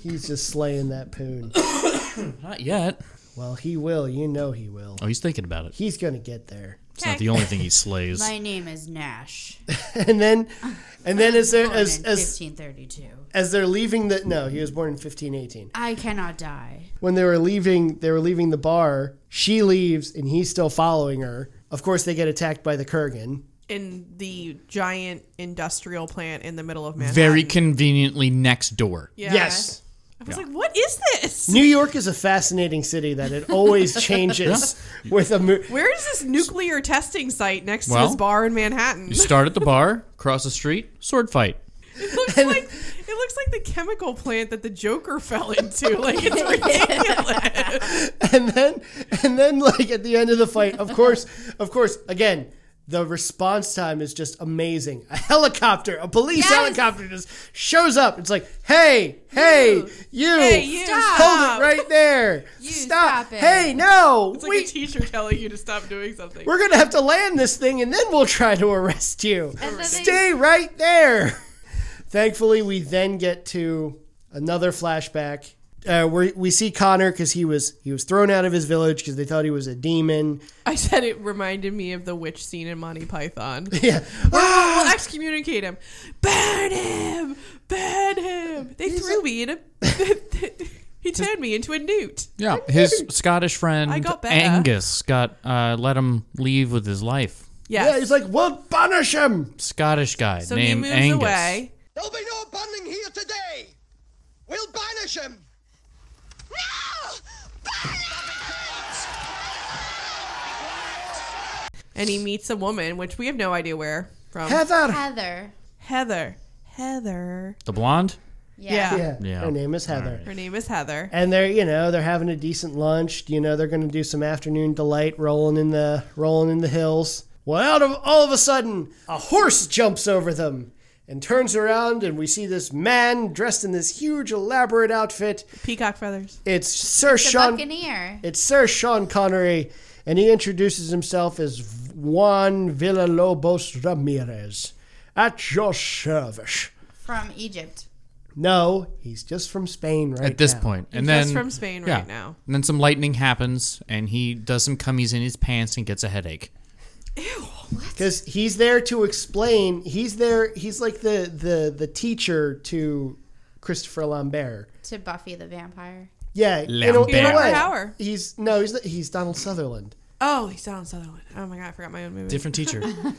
C: He's just slaying that poon.
D: Not yet.
C: Well, he will. You know he will.
D: Oh, he's thinking about it.
C: He's gonna get there.
D: It's not the only thing he slays.
B: My name is Nash.
C: And then, and then as they're
B: Born
C: as
B: in
C: as
B: 1532.
C: as they're leaving the no, he was born in fifteen eighteen.
B: I cannot die.
C: when they were leaving, they were leaving the bar. She leaves, and he's still following her. Of course, they get attacked by the Kurgan.
A: in the giant industrial plant in the middle of Manhattan.
D: Very conveniently next door.
A: Yeah.
C: Yes,
A: I was like, what is this?
C: New York is a fascinating city that it always changes with a mo-
A: Where is this nuclear testing site next to
D: Well-
A: this bar in Manhattan?
D: You start at the bar, cross the street, sword fight.
A: It looks like it looks like the chemical plant that the Joker fell into. Like it's ridiculous.
C: and then and then like at the end of the fight, of course, of course, again. The response time is just amazing. A helicopter, a police helicopter just shows up. It's like, hey, hey, you,
A: Hey, you,
C: hold
A: stop.
C: it right there.
B: You
C: stop.
B: stop it.
C: Hey, no.
A: It's like a teacher telling you to stop doing something.
C: We're gonna have to land this thing and then we'll try to arrest you.
B: And then
C: Stay right there. Thankfully, we then get to another flashback. Uh, where we see Connor because he was he was thrown out of his village because they thought he was a demon.
A: I said it reminded me of the witch scene in Monty Python.
C: Yeah,
A: We'll excommunicate him. Burn him. Burn him. They threw me in a. he turned me into a newt.
D: Yeah, his Scottish friend
A: I got better.
D: Angus got uh, let him leave with his life.
A: Yes.
C: yeah. He's like, we'll banish him.
D: Scottish guy
A: so he
D: named
A: moves
D: Angus.
A: away.
G: There'll be no burning here today. We'll banish him. No!
A: and he meets a woman, which we have no idea where from.
C: Heather.
B: Heather.
A: Heather. Heather.
D: The blonde?
B: Yeah.
C: Yeah.
D: Yeah.
C: Her name is Heather.
A: Her name is Heather.
C: And they're, you know, they're having a decent lunch. You know, they're going to do some afternoon delight rolling in the rolling in the hills. Well, out of all of a sudden, a horse jumps over them and turns around and we see this man dressed in this huge elaborate outfit.
A: Peacock feathers.
C: It's Sir
B: The
C: Sean
B: Buccaneer.
C: It's Sir Sean Connery, and he introduces himself as Juan Villalobos Ramirez. At your service.
B: from Egypt.
C: No, he's just from Spain right
D: at this
C: now.
D: point. And
A: just
D: then
A: from Spain right now.
D: And then some lightning happens, and he does some cummies in his pants and gets a headache.
C: because he's there to explain. He's there. He's like the the the teacher to Christopher Lambert.
B: To Buffy the Vampire.
C: Yeah, in a- in a
D: Lambert.
C: way.
A: Hauer.
C: He's no, he's not, he's Donald Sutherland.
A: Oh, he's down in Sutherland. Oh my god, I forgot my own movie.
D: Different teacher.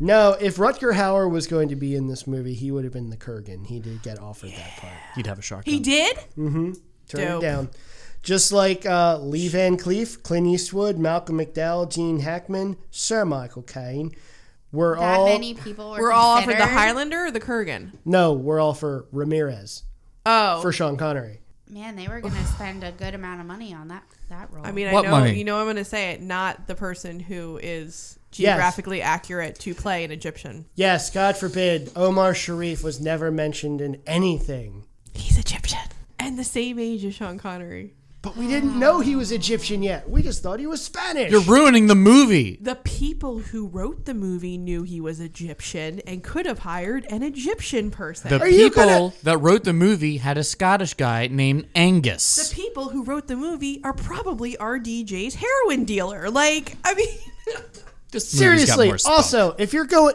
C: No, if Rutger Hauer was going to be in this movie, he would have been the Kurgan. He did get offered that part.
D: He'd have a shotgun.
A: he did.
C: Turn
A: Dope.
C: it down. Just like uh, Lee Van Cleef, Clint Eastwood, Malcolm McDowell, Gene Hackman, Sir Michael Caine, we're
B: That
C: Oh. all
B: many people were.
A: We're all offered the
B: considered?
A: Highlander or the Kurgan.
C: no, we're all for Ramirez
A: Oh,
C: for Sean Connery.
B: Man, they were gonna spend a good amount of money on that that role.
A: I mean,
D: What
A: I know
D: money?
A: you know I'm going to say it. Not the person who is
C: Yes.
A: geographically accurate to play an Egyptian.
C: Yes, God forbid, Omar Sharif was never mentioned in anything.
A: He's Egyptian and the same age as Sean Connery.
C: But we didn't know he was Egyptian yet. We just thought he was Spanish.
D: You're ruining the movie.
A: The people who wrote the movie knew he was Egyptian and could have hired an Egyptian person.
D: The
A: The,
C: you
D: people
C: gonna-
D: that wrote the movie had a Scottish guy named Angus.
A: people who wrote the movie are probably RDJ's heroin dealer. Like, I mean,
D: This movie's got
C: Seriously,
D: more spunk.
C: also, if you're going.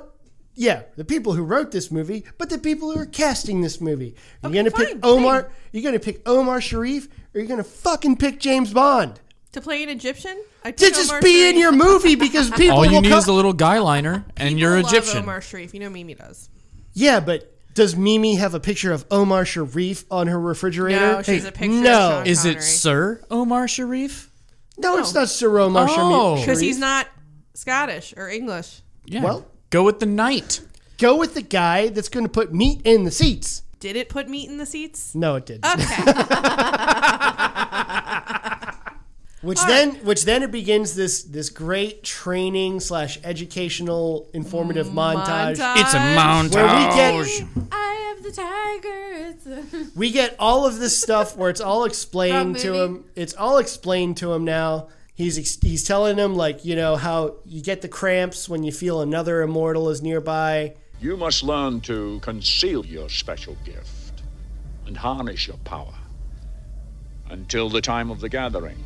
C: Yeah, the people who wrote this movie, but the people who are casting this movie. You're gonna
A: fine,
C: pick Omar. You're gonna pick Omar Sharif, or you're gonna fucking pick James Bond
A: to play an Egyptian, I
C: to just be in your movie because people
D: all you
C: will
D: need
C: come.
D: is a little guy liner, and you're Egyptian.
A: Omar Sharif, you know Mimi does.
C: yeah, but does Mimi have a picture of Omar Sharif on her refrigerator?
A: No, she has
C: Hey,
A: a picture of
C: No,
A: Sean
D: Is
A: Connery.
D: it Sir Omar Sharif?
C: no, it's not Sir Omar
D: Oh.
C: Sharif.
A: because he's not Scottish or English.
D: Yeah.
C: Well-
D: go with the knight.
C: Go with the guy that's going to put meat in the seats.
A: Did it put meat in the seats?
C: No, it did. not
A: Okay.
C: which then, which then it begins this this great training slash educational informative montage.
D: It's a mountain.
C: Where we get
B: I am the tigers.
C: we get all of this stuff where it's all explained
B: From
C: to
B: movie.
C: him. It's all explained to him now. He's ex- he's telling him like you know how you get the cramps when you feel another immortal is nearby.
H: You must learn to conceal your special gift and harness your power until the time of the gathering.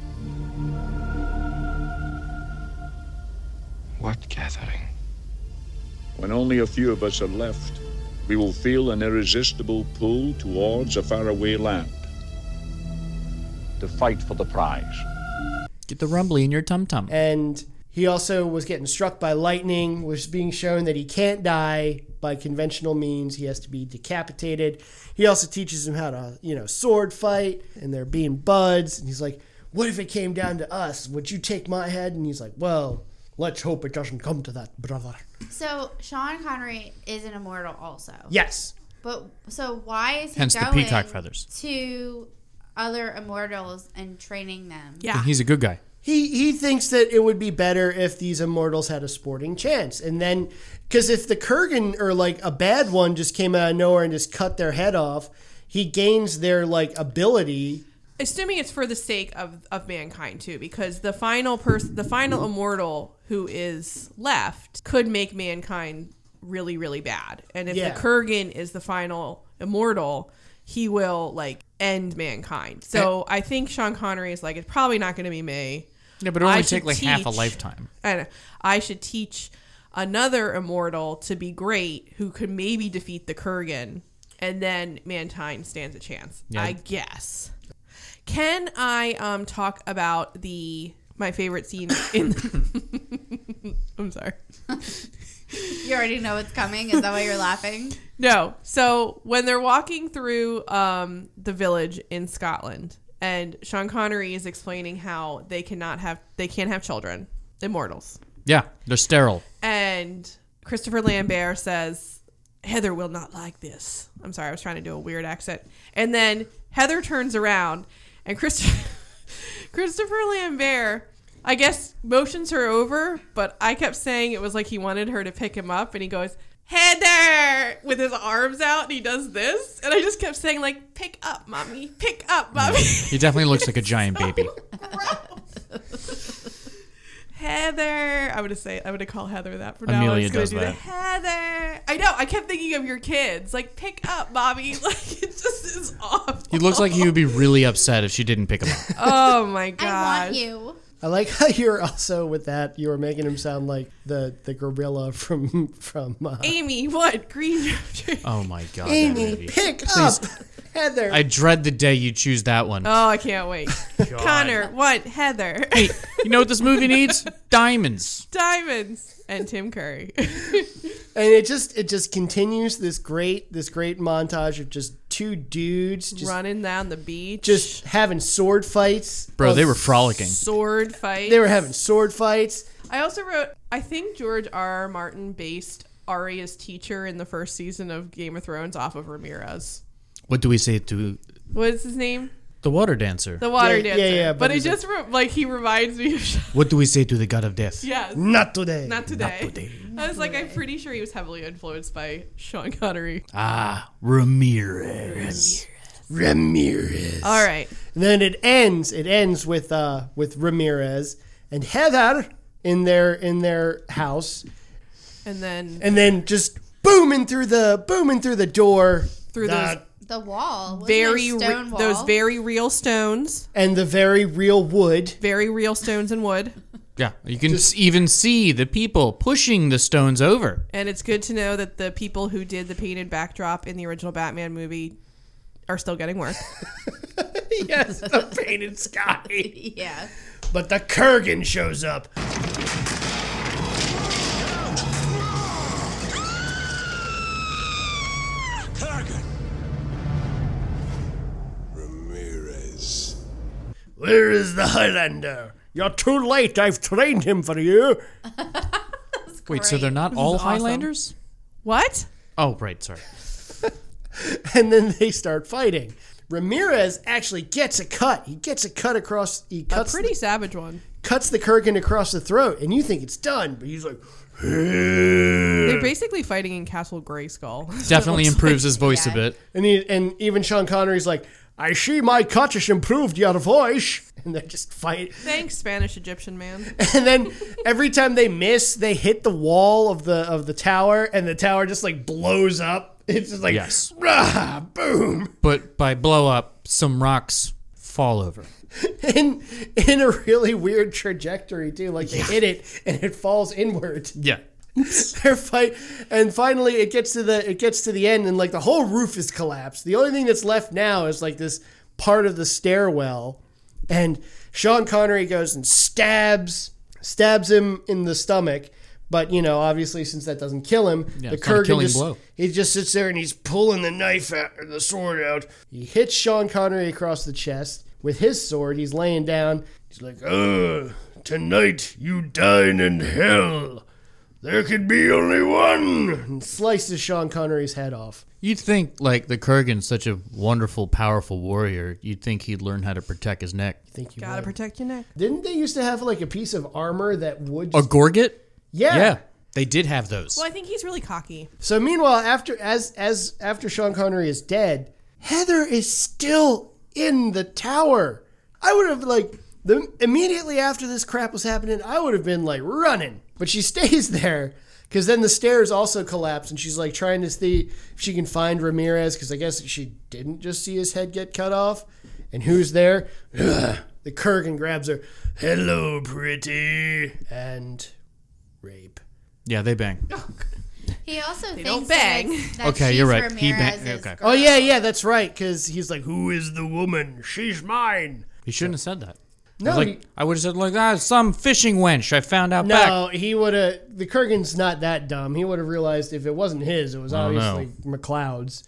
I: What gathering?
H: When only a few of us are left, we will feel an irresistible pull towards a faraway land to fight for the prize.
D: Get the rumbly in your tum tum.
C: And he also was getting struck by lightning, was being shown that he can't die by conventional means. He has to be decapitated. He also teaches him how to, you know, sword fight, and they're being buds. And he's like, What if it came down to us? Would you take my head? And he's like, Well, let's hope it doesn't come to that, brother.
B: so Sean Connery is an immortal, also.
C: Yes.
B: But so why is he
D: Hence the
B: going
D: peacock feathers.
B: to other immortals and training them?
A: Yeah.
D: He's a good guy.
C: He, he thinks that it would be better if these immortals had a sporting chance. And then, because if the Kurgan or like a bad one just came out of nowhere and just cut their head off, he gains their like ability.
A: Assuming it's for the sake of, of mankind too, because the final person, the final immortal who is left, could make mankind really, really bad. And if
C: Yeah.
A: the Kurgan is the final immortal, he will like end mankind. So I think Sean Connery is like, it's probably not going to be me.
D: Yeah, but
A: I
D: it only
A: should
D: take like half a
A: teach-
D: lifetime.
A: And I should teach another immortal to be great who could maybe defeat the Kurgan and then mankind stands a chance. I guess. Can I um talk about the my favorite scene in I'm sorry.
B: You already know what's coming. Is that why you're laughing?
A: No. So when they're walking through um, the village in Scotland, and Sean Connery is explaining how they cannot have they can't have children, immortals,
D: Yeah, they're sterile.
A: and Christopher Lambert says, Heather will not like this. I'm sorry, I was trying to do a weird accent. And then Heather turns around and Christopher, Christopher Lambert, I guess, motions her over, but I kept saying it was like he wanted her to pick him up and he goes, Heather, with his arms out and he does this. And I just kept saying, like, pick up, mommy, pick up, mommy.
D: He definitely looks like a giant baby.
A: Heather. I would have say I would have called Heather that for now.
D: Amelia
A: I'm just gonna do
D: does that.
A: Heather. I know. I kept thinking of your kids. Like pick up, Bobby. Like it just is off.
D: He looks like he would be really upset if she didn't pick him up.
A: Oh my god.
B: I want you.
C: I like how you're also with that. You were making him sound like the the gorilla from from uh,
A: Amy, what green? oh.
D: Oh my god. that
C: Amy.
D: movie.
C: Pick up Heather.
D: I dread the day you choose that one.
A: oh, I can't wait. Connor, what Heather?
D: Hey, you know what this movie needs? Diamonds.
A: Diamonds and Tim Curry.
C: and it just it just continues this great this great montage of just two dudes just
A: Running down the beach.
C: just having sword fights.
D: Bro,
C: Oh,
D: they were frolicking.
A: sword fight.
C: they were having sword fights.
A: I also wrote. I think George R. R. Martin based Arya's teacher in the first season of Game of Thrones off of Ramirez.
D: What do we say to
A: What's his name?
D: the water dancer?
A: The water
C: Yeah, yeah,
A: dancer.
C: yeah,
A: But,
C: but
A: it
C: he's a-
A: just re- like he reminds me of.
D: What do we say to the god of death?
A: yes.
C: Mm, Not today.
A: Not today.
D: today.
A: I was like, I'm pretty sure he was heavily influenced by Sean Connery.
D: Ah, Ramirez. Ramirez.
A: All right.
C: And then it ends. It ends with uh with Ramirez and Heather in their in their house,
A: And then
C: and then just booming through the booming through the door
A: through
C: that-
A: those
B: The wall. Wasn't
A: very
B: it a
A: re-
B: stone wall.
A: those very real stones,
C: and the very real wood.
A: very real stones and wood.
D: Yeah, you can s even see the people pushing the stones over.
A: And it's good to know that the people who did the painted backdrop in the original Batman movie are still getting work.
C: yes, the painted sky.
B: yeah.
C: But the Kurgan shows up.
I: Ramirez.
C: Where is the Highlander? You're too late. I've trained him for you.
D: Wait, so they're not all Highlanders?
A: What?
D: Oh, right, sorry.
C: and then they start fighting. Ramirez actually gets a cut. He gets a cut across. He
A: A
C: cuts
A: pretty savage one.
C: cuts the Kurgan across the throat, and you think it's done, but he's like,
A: They're basically fighting in Castle Grayskull.
D: Definitely improves his voice a
B: Yeah.
D: bit.
C: and he, and even Sean Connery's like, I see my cut has improved your voice, and they just fight.
A: Thanks, Spanish Egyptian man.
C: And then every time they miss, they hit the wall of the of the tower, and the tower just like blows up. It's just like,
D: Yes.
C: rah, boom.
D: But by blow up, some rocks fall over.
C: In in a really weird trajectory too. Like they hit it, and it falls inward.
D: Yeah.
C: their fight and finally it gets to the it gets to the end and like the whole roof is collapsed the only thing that's left now is like this part of the stairwell and sean connery goes and stabs stabs him in the stomach but you know obviously since that doesn't kill him the
D: it's not a
C: kurgan
D: killing
C: just
D: blow.
C: he just sits there and he's pulling the knife out or the sword out he hits sean connery across the chest with his sword he's laying down he's like ugh tonight you dine in hell there could be only one! And slices Sean Connery's head off.
D: You'd think, like, the Kurgan's such a wonderful, powerful warrior, you'd think he'd learn how to protect his neck.
C: Thank you.
A: Gotta protect your neck.
C: Didn't they used to have like a piece of armor that would
D: A
C: just.
D: Gorget?
C: yeah.
D: They did have those.
A: Well, I think he's really cocky.
C: So meanwhile, after as as after Sean Connery is dead, Heather is still in the tower. I would have like the immediately after this crap was happening, I would have been like running. But she stays there because then the stairs also collapse, and she's like trying to see if she can find Ramirez because I guess she didn't just see his head get cut off. And who's there? The Kurgan grabs her. Hello, pretty, and rape.
D: Yeah, they bang.
B: He also thinks
A: don't
B: that
A: bang.
B: it's- that
D: Okay, you're
B: she's
D: right. He bang-
B: Ramirez's
D: okay.
B: girl.
C: Oh yeah, yeah, that's right. Because he's like, "Who is the woman? She's mine."
D: He shouldn't have said that.
C: No,
D: I, was
C: he-
D: like, I would have said, like, ah, some fishing wench I found out
C: no,
D: back.
C: he would have. The Kurgan's not that dumb. He would have realized if it wasn't his, it was
D: don't
C: obviously McLeod's.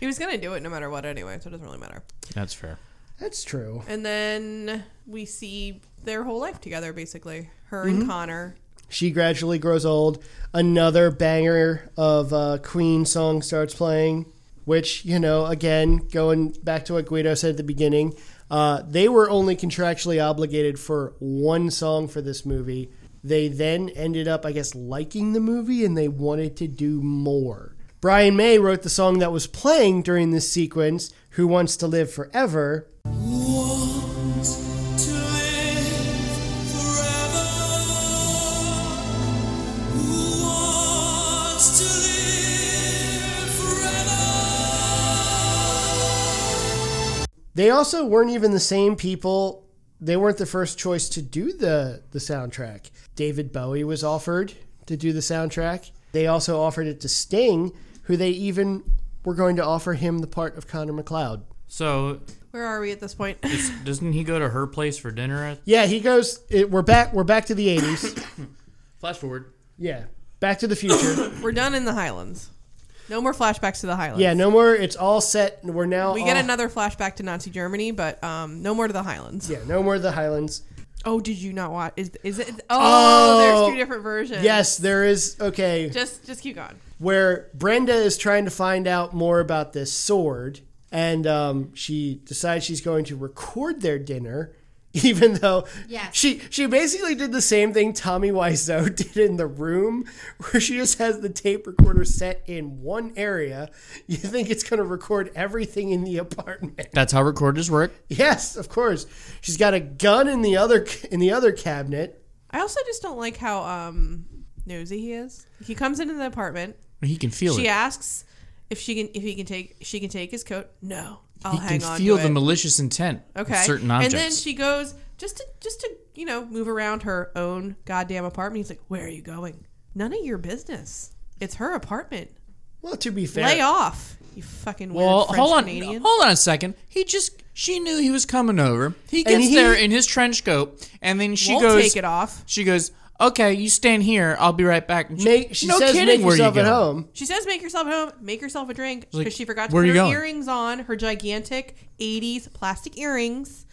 A: He was gonna do it no matter what anyway, so it doesn't really matter.
D: That's fair.
C: That's true.
A: Mm-hmm. And then we see their whole life together, basically. Her and Connor.
C: She gradually grows old. Another banger of uh, Queen song starts playing, which, you know, again, going back to what Guido said at the beginning, uh, they were only contractually obligated for one song for this movie. They then ended up, I guess, liking the movie and they wanted to do more. Brian May wrote the song that was playing during this sequence, Who Wants to Live Forever, They also weren't even the same people. They weren't the first choice to do the the soundtrack. David Bowie was offered to do the soundtrack. They also offered it to Sting, who they even were going to offer him the part of Connor McLeod.
D: So
A: Where are we at this point?
D: doesn't he go to her place for dinner? At-
C: Yeah, he goes. It, we're back. We're back to the eighties.
D: Flash forward.
C: yeah, Back to the Future.
A: We're done in the Highlands. No more flashbacks to the Highlands.
C: Yeah, no more. It's all set. We're now.
A: We
C: all-
A: get another flashback to Nazi Germany, but um, no more to the Highlands.
C: Yeah, no more of the Highlands.
A: Oh, did you not watch? Is is it? Oh,
C: Oh.
A: there's two different versions.
C: Yes, there is. Okay,
A: Just just keep going.
C: where Brenda is trying to find out more about this sword, and um, she decides she's going to record their dinner, even though
B: Yes.
C: she she basically did the same thing Tommy Wiseau did in the room, where she just has the tape recorder set in one area. You think it's going to record everything in the apartment?
D: That's how recorders work.
C: Yes, of course. She's got a gun in the other in the other cabinet.
A: I also just don't like how um nosy he is. He comes into the apartment.
D: He can feel
A: She
D: it.
A: asks if she can if he can take she can take his coat. No, I'll
D: He
A: hang
D: can
A: on
D: feel
A: to
D: the
A: it.
D: malicious intent
A: okay.
D: of certain
A: and
D: objects.
A: then she goes just to just to you know move around her own goddamn apartment. He's like, "Where are you going? None of your business. It's her apartment.
C: Well, to be fair,
A: Lay off, you fucking weird
D: well,
A: French
D: hold on,
A: Canadian."
D: hold on a second. He just, she knew he was coming over. He
C: And
D: gets
C: he-
D: there in his trench coat, and then she
A: Won't
D: goes,
A: take it off.
D: She goes, okay, you stand here. I'll be right back. And
C: make, she
D: no
C: says
D: kidding,
C: make
D: where
C: yourself
D: you
C: at
D: go.
C: home.
A: She says, "Make yourself at home. Make yourself a drink," because
D: like,
A: she forgot to
D: "Where
A: put
D: are
A: her
D: you going?"
A: earrings on, her gigantic '80s plastic earrings,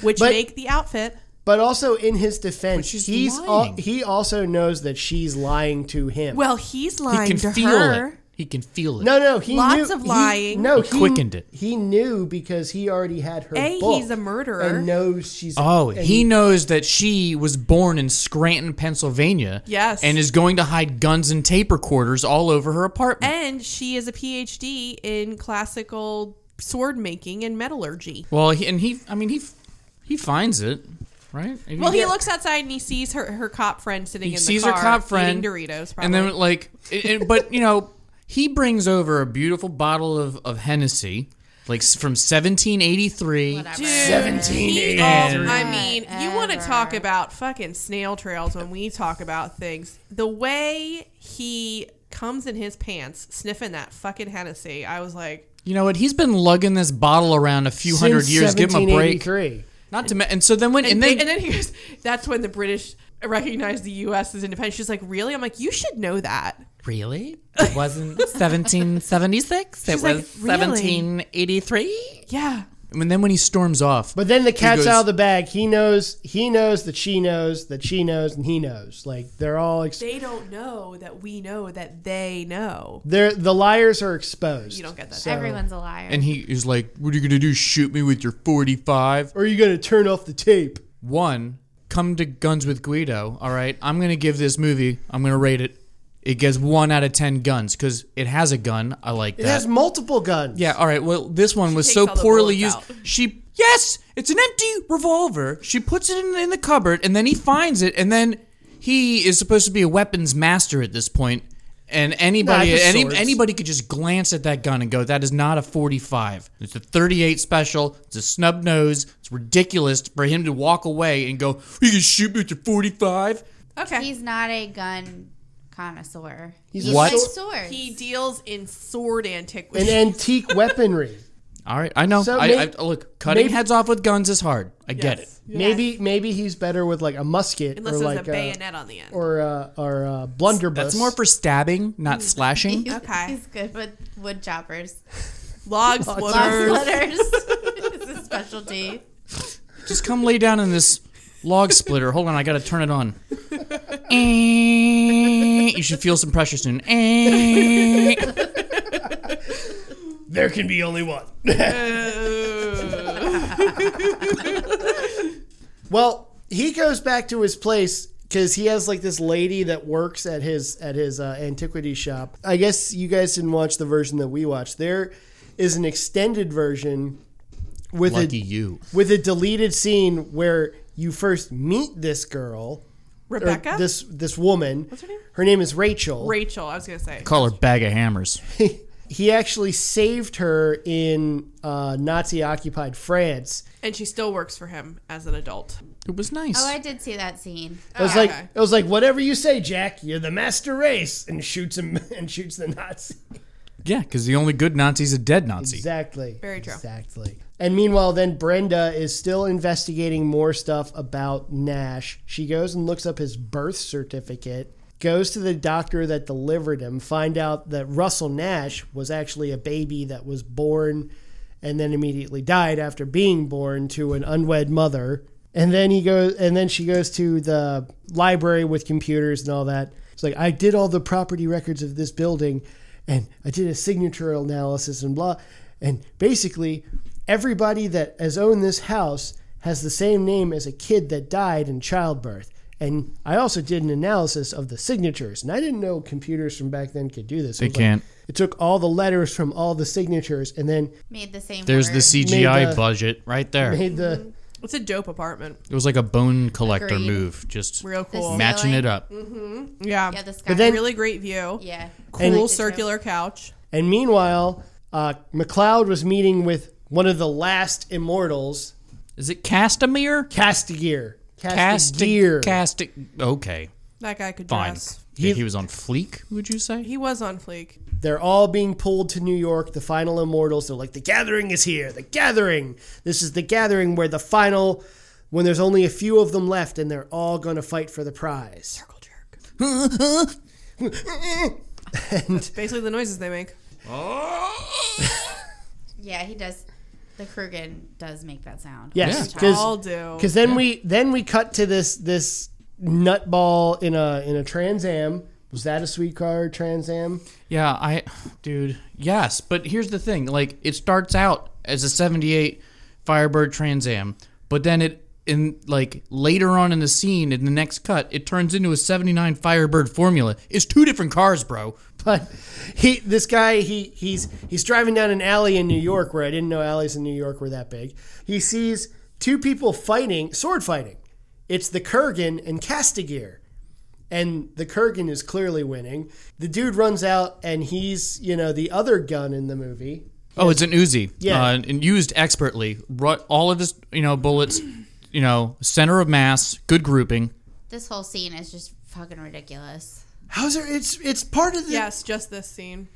A: which
C: But-
A: make the outfit.
C: But also in his defense,
D: she's
C: he's
D: lying.
C: al- he also knows that she's lying to him.
A: Well, he's
D: He
A: lying
D: can
A: to
D: feel
A: her.
D: it. He can feel it.
C: no, no, he
A: Lots
C: knew-
A: of
C: he-
A: lying.
C: no,
D: He quickened it.
C: He knew because he already had her.
A: A,
C: book
A: he's a murderer.
C: and knows she's.
D: Oh,
C: and
D: he knows that she was born in Scranton, Pennsylvania.
A: Yes.
D: And is going to hide guns and tape recorders all over her apartment.
A: And she is a PhD in classical sword making and metallurgy.
D: well, he, and he, I mean, he, he finds it, right? If you
A: Well, he
D: get-
A: looks outside and he sees her, her cop friend sitting
D: He
A: in the
D: sees
A: car
D: her cop friend
A: eating Doritos, probably.
D: and then like, it, it- but you know, he brings over a beautiful bottle of of Hennessy, like s- from 1783.
A: Dude,
C: Seventeen.
A: he- I mean, you want to
B: Ever.
A: talk about fucking snail trails when we talk about things. The way he comes in his pants sniffing that fucking Hennessy, I was like,
D: You know what? He's been lugging this bottle around a few hundred years. Give him a break. Not to, ma- and so then when
A: and,
D: and,
A: then,
D: then
A: and then he goes, that's when the British recognized the U.S. as independent. She's like, really? I'm like, you should know that.
D: Really? It wasn't 1776. It
A: She's like, was "Really?"
D: 1783.
A: Yeah.
D: And then when he storms off,
C: But then the cat's
D: goes-
C: out of the bag. He knows. He knows that she knows that she knows, and he knows. Like they're all. Ex-
A: They don't know that we know that they know.
C: they're the liars are exposed.
A: You don't get that.
B: Everyone's a liar.
D: and he is like, "What are you gonna do? Shoot me with your 45?"
C: Or are you gonna turn off the tape?
D: One, come to guns with Guido. All right, I'm gonna give this movie. I'm gonna rate it. It gets one out of ten guns because it has a gun. I like
C: It
D: that.
C: has multiple guns.
D: Yeah, all right. Well, this one was
A: takes
D: so
A: all the
D: poorly used.
A: bullets out.
D: She yes, it's an empty revolver. She puts it in, in the cupboard, and then he finds it, and then he is supposed to be a weapons master at this point, and anybody
C: Nah, just
D: any,
C: swords.
D: anybody could just glance at that gun and go, "That is not a 45. It's a 38 special. It's a snub nose. It's ridiculous for him to walk away and go, "You can shoot me with your 45."
A: Okay.
B: He's not a gun connoisseur. He's
C: a
D: What?
B: like swords.
A: he deals in sword antiquities.
C: And antique weaponry.
D: All right, I know.
C: So
D: I,
C: may-
D: I, look, cutting
C: maybe-
D: heads off with guns is hard. I get it.
A: Yes.
C: Maybe maybe he's better with like a musket
A: Unless
C: or
A: there's
C: like uh,
A: a bayonet on the end.
C: or uh, or uh, blunderbuss.
D: That's more for stabbing, not slashing.
B: He's-
A: Okay.
B: He's good with wood choppers.
A: Log
B: Love
A: splitters.
B: letters. it's a specialty.
D: Just come lay down in this log splitter. Hold on, I gotta turn it on. Eh, you should feel some pressure soon. Eh.
C: There can be only one. well, he goes back to his place because he has like this lady that works at his at his uh, antiquity shop. I guess you guys didn't watch the version that we watched. There is an extended version with
D: Lucky
C: a
D: you.
C: with a deleted scene where you first meet this girl, or
A: Rebecca?
C: this this woman. What's
A: her name?
C: Her name is Rachel.
A: Rachel, I was going to say.
D: Call her bag of hammers.
C: he actually saved her in uh, Nazi occupied France.
A: And she still works for him as an adult.
D: It was nice.
B: Oh, I did see that scene.
C: It was
A: Oh,
C: like
A: okay.
C: it was like whatever you say, Jack. You're the master race, and shoots him and shoots the Nazi.
D: yeah, because the only good Nazi's a dead Nazi.
C: Exactly.
A: Very true.
C: Exactly. And meanwhile, then Brenda is still investigating more stuff about Nash. She goes and looks up his birth certificate, goes to the doctor that delivered him, find out that Russell Nash was actually a baby that was born and then immediately died after being born to an unwed mother. And then he goes and then she goes to the library with computers and all that. It's like I did all the property records of this building and I did a signature analysis and blah. And basically, everybody that has owned this house has the same name as a kid that died in childbirth. And I also did an analysis of the signatures, and I didn't know computers from back then could do this. It
D: They
C: was
D: can't.
C: it took all the letters from all the signatures and then
B: Made the same.
D: There's
B: word.
D: the CGI
C: Made a-
D: budget right there.
C: made the
A: It's a dope apartment.
D: It was like a bone collector
B: Agreed.
D: move, just
A: Real cool.
B: This-
D: matching it up.
A: yeah.
B: Yeah, the sky.
C: But then-
A: really great view.
B: yeah.
C: And-
A: Cool circular couch.
C: And meanwhile, uh, McLeod was meeting with one of the last immortals,
D: Is it Castamere?
C: Castigear. Castigear.
D: Castigear. Castig. Okay,
A: That guy could
D: fine.
A: dress.
D: He, he was on fleek, would you say?
A: He was on fleek.
C: They're all being pulled to New York, the final immortals. They're like, the gathering is here, the gathering. This is the gathering where the final, when there's only a few of them left, and they're all going to fight for the prize.
A: Circle jerk. That's basically the noises they make.
B: Yeah, he does. The Krugen does make that sound.
C: Yes,
B: Every time.
A: All
C: because
A: do.
C: then we then we cut to this this nutball in a in a Trans Am. Was that a sweet car Trans Am?
D: Yeah, I, dude, yes. But here's the thing: like, it starts out as a '78 Firebird Trans Am, but then it in like later on in the scene in the next cut, it turns into a '79 Firebird Formula. It's two different cars, bro.
C: But he, this guy, he he's he's driving down an alley in New York where I didn't know alleys in New York were that big. He sees two people fighting, sword fighting. It's the Kurgan and Castigear, and the Kurgan is clearly winning. The dude runs out, and he's you know the other gun in the movie.
D: Oh, it's an Uzi.
C: Yeah.
D: uh, and used expertly. Ru- all of his, you know, bullets. You know, center of mass, good grouping.
B: This whole scene is just fucking ridiculous.
C: How's there? It's it's part of the
A: Yes, just this scene.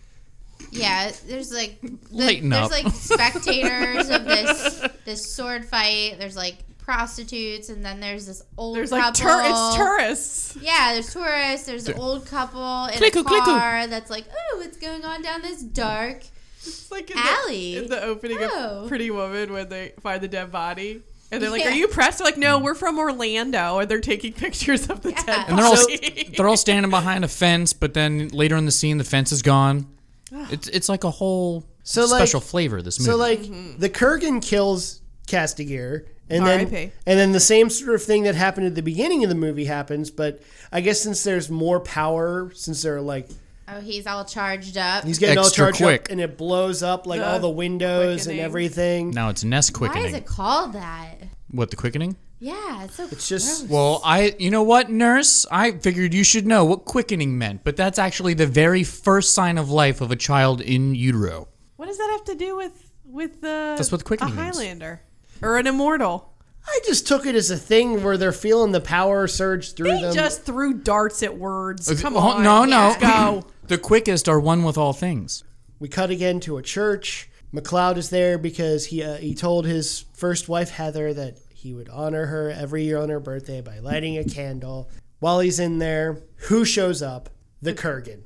B: Yeah, there's like the,
D: Lighten
B: there's
D: up.
B: like spectators of this this sword fight. There's like prostitutes, and then there's this old
A: There's
B: couple.
A: like tur- it's tourists.
B: Yeah, there's tourists. There's an old couple in
D: Clickoo,
B: a
D: clickoo.
B: car that's like, oh, what's going on down this dark?
A: It's like in
B: Alley.
A: The, in the opening
B: Oh.
A: of Pretty Woman when they find the dead body. And they're like,
B: Yeah.
A: "Are you pressed?" They're like, "No, we're from Orlando," and they're taking pictures of the dead.
D: And they're all
A: body.
D: they're all standing behind a fence, but then later in the scene, the fence is gone. It's it's like a whole
C: So, like-
D: special flavor. This movie.
C: So like
A: Mm-hmm.
C: the Kurgan kills Castigear, and then
A: R.I.P..
C: and then the same sort of thing that happened at the beginning of the movie happens. But I guess since there's more power, since they're like
B: Oh, he's all charged up.
C: he's getting
D: Extra
C: all charged
D: quick.
C: up, and it blows up like all the windows
A: quickening.
C: and everything.
D: now it's Nest
B: Why
D: quickening.
B: is it called that?
D: what the quickening?
B: Yeah, it's so.
C: It's just
D: Well, I you know what, nurse? I figured you should know what quickening meant, but that's actually the very first sign of life of a child in utero.
A: what does that have to do with with the?
D: That's what
A: a
D: quickening means.
A: Highlander or an immortal.
C: I just took it as a thing where they're feeling the power surge through
A: They
C: them.
A: just threw darts at words. Come
D: Oh,
A: on,
D: no, no.
A: let's go.
D: The quickest are one with all things.
C: we cut again to a church. McLeod is there because he uh, he told his first wife Heather that he would honor her every year on her birthday by lighting a candle. While he's in there, who shows up? The Kurgan,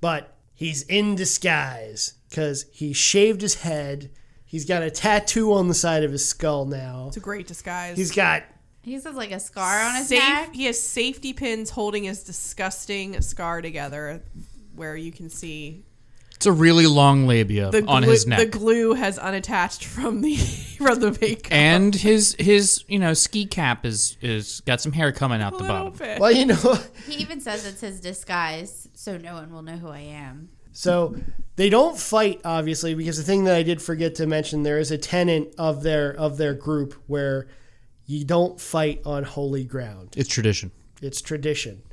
C: but he's in disguise because he shaved his head. He's got a tattoo on the side of his skull now.
A: It's a great disguise.
C: He's got
B: He says like a scar on his
A: Safe,
B: neck.
A: he has safety pins holding his disgusting scar together, where you can see
D: It's a really long labia
A: the
D: on
A: glue,
D: his
A: The
D: neck.
A: glue has unattached from the from the makeup.
D: and his his you know ski cap is is got some hair coming out
A: A
D: the
A: little
D: bottom.
A: bit.
C: Well, you know,
B: He even says it's his disguise, so no one will know who I am.
C: so they don't fight obviously because the thing that I did forget to mention there is a tenant of their of their group where you don't fight on holy ground.
D: It's tradition.
C: It's tradition.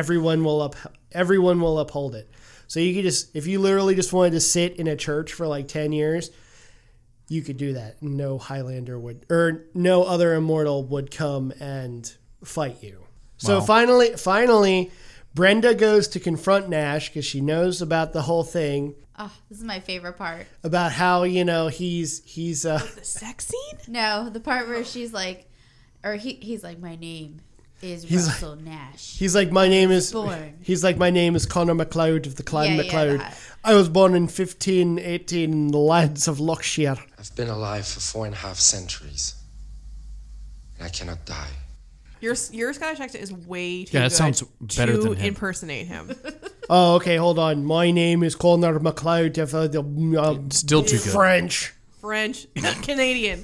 C: Everyone will up everyone will uphold it. So you could just if you literally just wanted to sit in a church for like 10 years, you could do that. No Highlander would or no other immortal would come and fight you. So
D: Wow.
C: finally finally Brenda goes to confront Nash cuz she knows about the whole thing
B: Oh, this is my favorite part.
C: about how, you know, he's he's uh
A: the sex scene.
B: No, the part where she's like, or he, he's like, my name is Russell Nash.
C: He's like, my name is.
B: born.
C: He's like, my name is Connor MacLeod of the Clan
B: Yeah, yeah,
C: MacLeod.
B: that.
C: I was born in 1518 in the lands of Lochshire.
I: I've been alive for four and a half centuries. And I cannot die.
A: Your your Scottish accent is way too
D: Yeah, that
A: good
D: sounds better
A: to
D: than him.
A: impersonate him.
C: Oh, okay, hold on. My name is Connor MacLeod of uh, the uh,
D: Still too good.
C: French.
A: French, Canadian.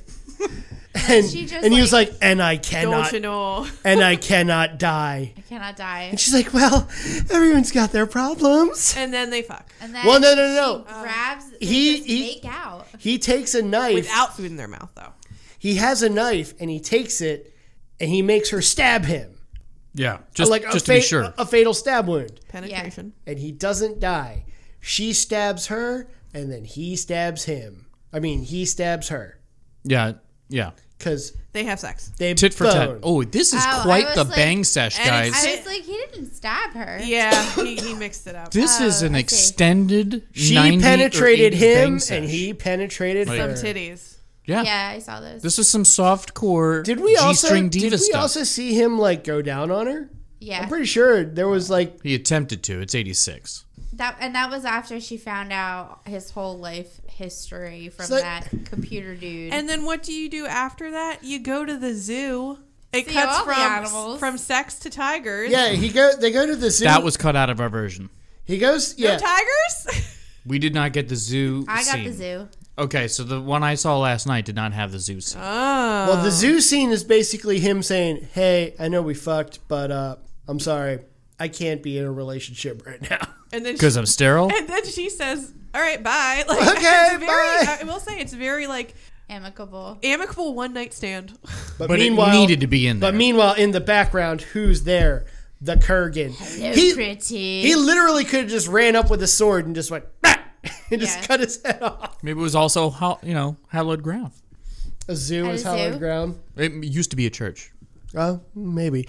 C: And,
B: She just,
C: and he was
B: like-
C: like, and I
A: Don't
C: cannot,
A: you know?
C: and I cannot die.
B: I cannot die.
C: And she's like, well, everyone's got their problems.
A: And then they fuck
B: And then
C: Well, no, no, no,
B: She grabs.
C: He-
B: He,
C: he-
B: make out.
C: He takes a knife.
A: without food in their mouth, though.
C: he has a knife, and he takes it, and he makes her stab him,
D: Yeah, just
C: like
D: just
C: a,
D: to be
C: fa-
D: sure.
C: a fatal stab wound.
A: Penetration.
C: and he doesn't die. She stabs her, and then he stabs him. I mean, he stabs her
D: yeah, yeah.
C: because
A: They have sex.
C: they
D: Tit for tat.
C: bone.
D: Oh, this is
B: Oh, I
D: quite
B: was
D: the
B: like-
D: bang sesh,
A: and it's-
D: guys.
B: I was like, he didn't stab her.
A: Yeah, he, he mixed it up.
D: This is
B: uh,
D: an extended.
C: She
D: 90 or
C: penetrated
D: 80 bang
C: him,
D: sesh.
C: and he penetrated
A: Some
C: her.
A: titties.
D: Yeah.
B: Yeah, I saw those.
D: This is some soft core.
C: Did we also
D: G-string diva
C: did we
D: stuff.
C: also see him like go down on her?
B: yeah,
C: I'm pretty sure there was like
D: He attempted to. It's eighty six.
B: that and that was after she found out his whole life history from
C: So-
B: that computer dude.
A: And then what do you do after that? You go to the zoo. It
B: See
A: cuts
B: all the
A: from
B: animals.
A: from sex to tigers.
C: yeah he go they go to the zoo.
D: That was cut out of our version.
C: he goes
A: No
C: yeah
A: tigers.
D: We did not get the zoo.
B: I got the
D: scene.
B: zoo.
D: Okay, so the one I saw last night did not have the zoo scene.
A: oh,
C: well the zoo scene is basically him saying hey I know we fucked but uh I'm sorry I can't be in a relationship right now.
A: and then she,
D: Because I'm sterile.
A: and then she says, "All right, bye." Like,
C: Okay,
A: it's very,
C: bye.
A: I will say it's very like
B: Amicable.
A: amicable one night stand.
C: But,
D: But
C: meanwhile
D: it needed to be in there.
C: But meanwhile, in the background, who's there? The Kurgan. He,
B: pretty.
C: he literally could have just ran up with a sword and just went, "Bah!" and just
B: Yeah.
C: cut his head off.
D: Maybe it was also, hol- you know, hallowed ground.
C: A zoo
B: At
C: is
B: a
C: hallowed
B: zoo?
C: ground.
D: It used to be a church.
C: Oh, maybe.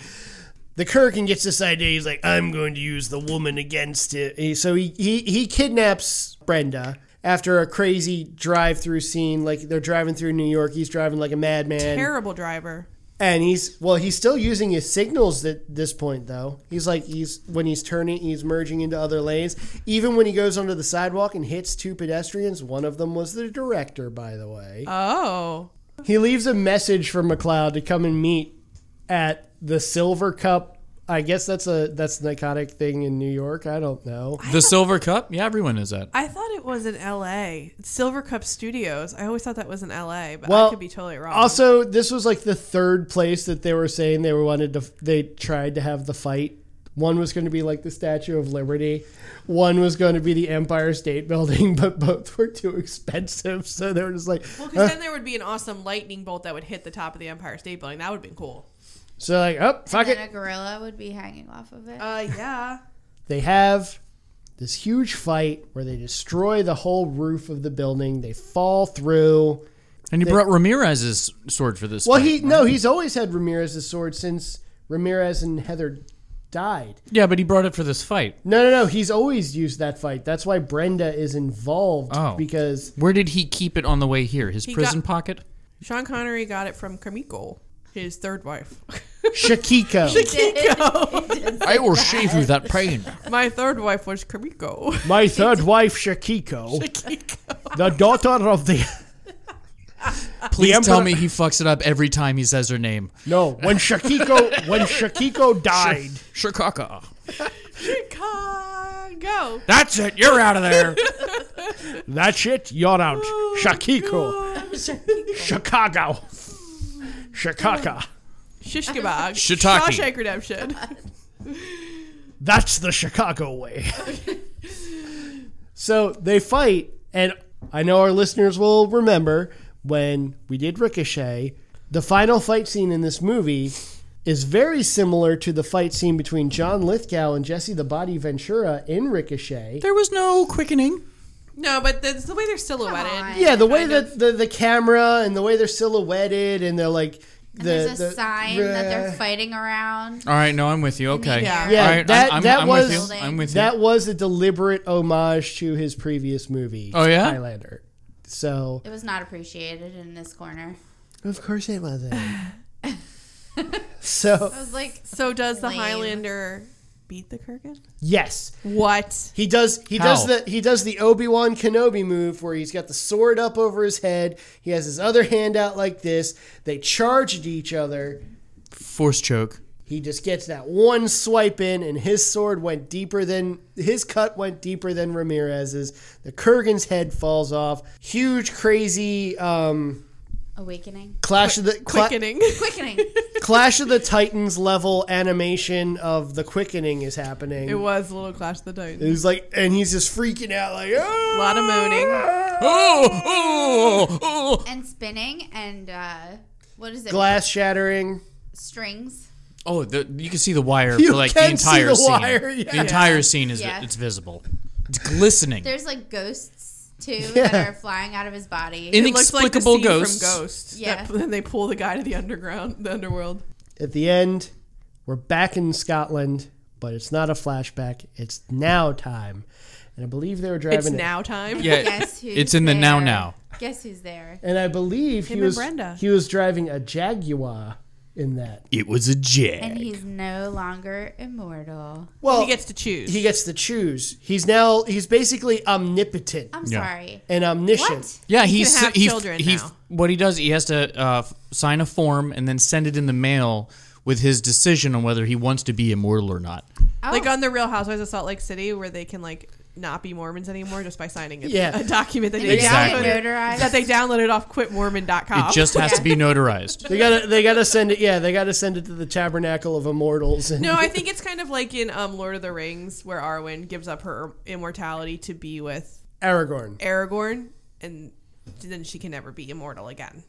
C: The Kurgan gets this idea. He's like, I'm going to use the woman against it. He- So he, he, he kidnaps Brenda after a crazy drive through scene. Like, they're driving through New York. He's driving like a madman.
A: Terrible driver.
C: And he's well, he's still using his signals at this point though. He's like he's when he's turning, he's merging into other lanes. Even when he goes onto the sidewalk and hits two pedestrians, one of them was the director, by the way.
A: Oh,
C: he leaves a message for McLeod to come and meet at the Silver Cup. I guess that's a that's an iconic thing in New York. I don't know.
D: The silver cup? Yeah, everyone is that.
A: I thought it was in L.A. Silver Cup Studios. I always thought that was in L.A., but
C: Well,
A: I could be totally wrong.
C: Also, this was like the third place that they were saying they wanted to. They tried to have the fight. One was going to be like the Statue of Liberty. One was going to be the Empire State Building, but both were too expensive, so they were just like,
A: Well, because then there would be an awesome lightning bolt that would hit the top of the Empire State Building. That would have been cool.
C: so like, oh fuck
B: and
C: it.
B: a gorilla would be hanging off of it.
A: Uh, yeah.
C: They have this huge fight where they destroy the whole roof of the building. They fall through.
D: And he brought Ramirez's sword for this.
C: Well,
D: fight,
C: he
D: right?
C: no, he's always had Ramirez's sword since Ramirez and Heather died.
D: Yeah, but he brought it for this fight.
C: No, no, no. He's always used that fight. That's why Brenda is involved
D: Oh.
C: because
D: Where did he keep it on the way here? His
A: got-
D: prison pocket?
A: Sean Connery got it from Kamiko, his third wife.
C: Shakiko,
D: I will shave you that pain.
A: My third wife was Kamiko.
C: my third wife, Shakiko, the daughter of the
D: Please
C: Emperor-
D: tell me he fucks it up every time he says her name.
C: No, when Shakiko when Shakiko died,
D: Shikaka.
A: Chicago. Go.
D: That's it. You're out of there.
C: that's it. You're out. Shakiko, Chicago, Shikaka.
A: Shish kebab.
D: Shiitake.
A: Shawshank Redemption.
C: That's the Chicago way. so they fight, and I know our listeners will remember when we did Ricochet, the final fight scene in this movie is very similar to the fight scene between John Lithgow and Jesse the Body Ventura in Ricochet.
D: there was no quickening.
A: No, but that's the way they're
B: on.
A: silhouetted.
C: Yeah, the way that the, the camera and the way they're silhouetted and they're like the,
B: And there's a
C: the-
B: sign that they're fighting around.
D: All right, no, I'm with you. Okay.
A: Yeah.
C: Yeah,
D: All right,
C: that-
D: I'm, I'm,
C: that
D: I'm
C: was-
D: with you. I'm with you.
C: that was a deliberate homage to his previous movie.
D: Oh, yeah?
C: Highlander. So
B: It was not appreciated in this corner.
C: Of course it wasn't. so
B: I was like,
A: So does the
B: Lame.
A: Highlander beat the Kurgan?
C: yes,
A: What?
C: he does. He
D: How?
C: does the he does the Obi Wan Kenobi move where he's got the sword up over his head. He has his other hand out like this. They charge at each other.
D: Force choke.
C: He just gets that one swipe in, and his sword went deeper than his cut went deeper than Ramirez's. The Kurgan's head falls off. Huge, crazy um,
B: awakening.
C: clash of the cla-
A: Quickening.
B: Quickening.
C: Clash of the Titans level animation of the quickening is happening.
A: it was a little Clash of the Titans.
C: It was like, and he's just freaking out, like, oh!
A: A lot of moaning.
D: Oh, oh, oh.
B: and spinning and uh, what is it?
C: glass shattering.
B: Strings.
D: Oh, the, you can see the wire
C: You
D: for like the
C: can see
D: entire
C: the
D: scene.
C: wire, yeah.
D: The entire scene is
B: Yeah.
D: it's visible. It's glistening.
B: There's like ghosts too
C: Yeah.
B: that are flying out of his body.
A: It looks like the
D: Inexplicable
A: scene
D: ghosts.
A: from Ghost.
B: Yeah.
A: That- Then they pull the guy to the underground, the underworld.
C: At the end, we're back in Scotland, but it's not a flashback. It's now time. And I believe they were driving.
A: It's
C: it.
A: now time.
D: Yeah,
B: Guess who's
D: it's in the now
B: there?
D: now.
B: Guess who's there?
C: And I believe
A: Him
C: he
A: and
C: was,
A: Brenda.
C: he was driving a Jaguar in that.
D: It was a
B: And
D: jag.
B: he's no longer immortal.
C: Well,
A: He gets to choose.
C: he gets to choose. He's now, he's basically omnipotent
B: I'm
D: Yeah.
B: sorry.
C: and omniscient.
B: What?
D: Yeah,
A: He
D: he's
A: can have
D: he,
A: children
D: he-
A: now.
D: what he does, he has to uh, f- sign a form and then send it in the mail with his decision on whether he wants to be immortal or not.
A: Like on the Real Housewives of Salt Lake City, where they can like not be Mormons anymore just by signing a,
C: Yeah.
A: a document that they
D: Exactly.
A: downloaded
B: Notarized.
A: that they downloaded off quitmormon.com.
D: It just has to be notarized.
C: They gotta, they gotta send it. Yeah, they gotta send it to the Tabernacle of Immortals. And
A: no, I think it's kind of like in um, Lord of the Rings, where Arwen gives up her immortality to be with
C: Aragorn.
A: Aragorn, and then she can never be immortal again.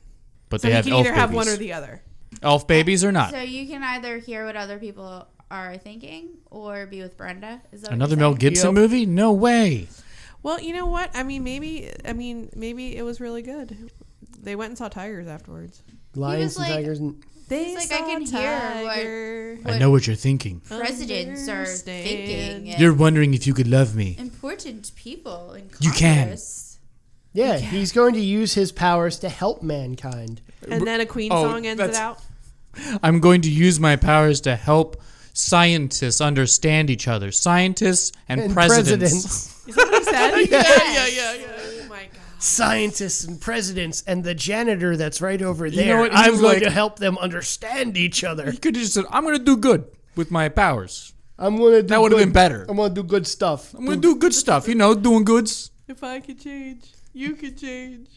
D: But
A: So
D: they
A: he
D: have
A: can
D: elf
A: either
D: babies.
A: have one or the other.
D: elf babies or not.
B: So you can either hear what other people are thinking or be with Brenda. Is that what
D: Another
B: you're
D: Mel
B: saying?
D: Gibson
C: Yep.
D: movie? No way.
A: Well, you know what? I mean, maybe. I mean, maybe it was really good. They went and saw tigers afterwards.
C: Lions and
B: like-
C: tigers. And,
A: They
B: He's like, "I can hear what-
A: hear
D: I know what you're thinking.
B: Presidents are
A: Understand.
B: thinking. and
D: You're wondering if you could love me.
B: important people in
D: You can.
B: Congress.
C: yeah, he's going to use his powers to help mankind.
A: And then a Queen
D: Oh,
A: song ends it
D: that's-
A: out.
D: I'm going to use my powers to help scientists understand each other. Scientists and,
C: And
D: presidents.
C: presidents.
A: Is that what he said?
B: Yes.
A: yeah, yeah, yeah. Oh my god.
C: Scientists and presidents and the janitor that's right over there.
D: what, he
C: I'm
D: was
C: going
D: like-
C: to help them understand each other.
D: He could have just said, I'm going to do good with my powers.
C: I'm going to do
D: That would have
C: good-
D: been better.
C: I'm going to do good stuff.
D: I'm going to do good stuff, you know, doing goods.
A: If I could change, you could change.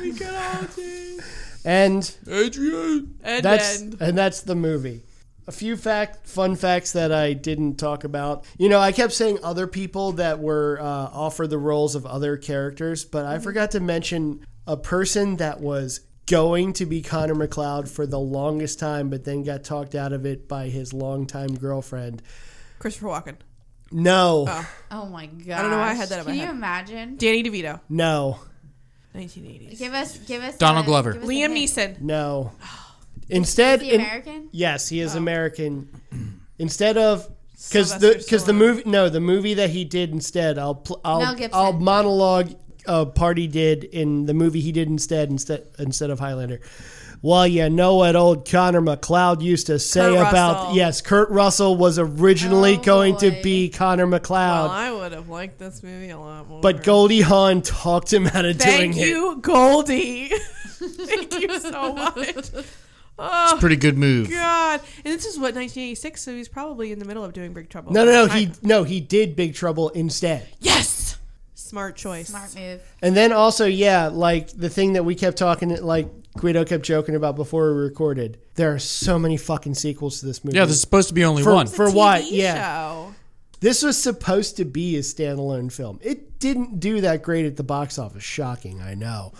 A: We could all change.
C: And
D: Adrian.
A: And
C: that's
A: then
C: and that's the movie. A few fact, fun facts that I didn't talk about. You know, I kept saying other people that were uh, offered the roles of other characters, but I forgot to mention a person that was going to be Connor McLeod for the longest time, but then got talked out of it by his longtime girlfriend.
A: Christopher Walken,
C: No,
B: Oh my god!
A: know why I had that in my
B: Can
A: head.
B: you imagine?
A: Danny DeVito,
C: no,
A: 1980s.
B: Give us, give us
D: Donald
B: a-
D: Glover.
B: give us a
A: Liam
B: hint.
A: Neeson.
C: no. Instead,
B: The
C: in-
B: American.
C: Yes, he is American. Instead of because the
A: Oh. Sylvester
C: because the
A: Stallone.
C: movie no the movie that he did instead I'll pl- I'll
B: Mel Gibson.
C: I'll monologue uh, party did in the movie he did instead instead instead of Highlander. Well, you know what old Connor McLeod used to say
A: Kurt
C: about
A: Russell.
C: yes, Kurt Russell was originally
B: Oh,
C: going to
B: boy.
C: be Connor McLeod,
A: Well, I would have liked this movie a lot more.
C: but Goldie Hawn talked him out of
A: Thank
C: doing
A: you, Goldie.
C: it.
A: Thank you so much.
D: It's a pretty good move.
A: God. And this is what 1986, so he's probably in the middle of doing Big Trouble.
C: No, no, no.
A: I-
C: He no, he did Big Trouble instead.
A: yes. Smart choice.
B: Smart move.
C: And then also, yeah, like the thing that we kept talking, like Guido kept joking about before we recorded. There are so many fucking sequels to this movie.
D: Yeah, there's supposed to be only
C: For-
D: one.
C: for- what? Yeah.
A: Show.
C: this was supposed to be a standalone film. It didn't do that great at the box office. Shocking, I know.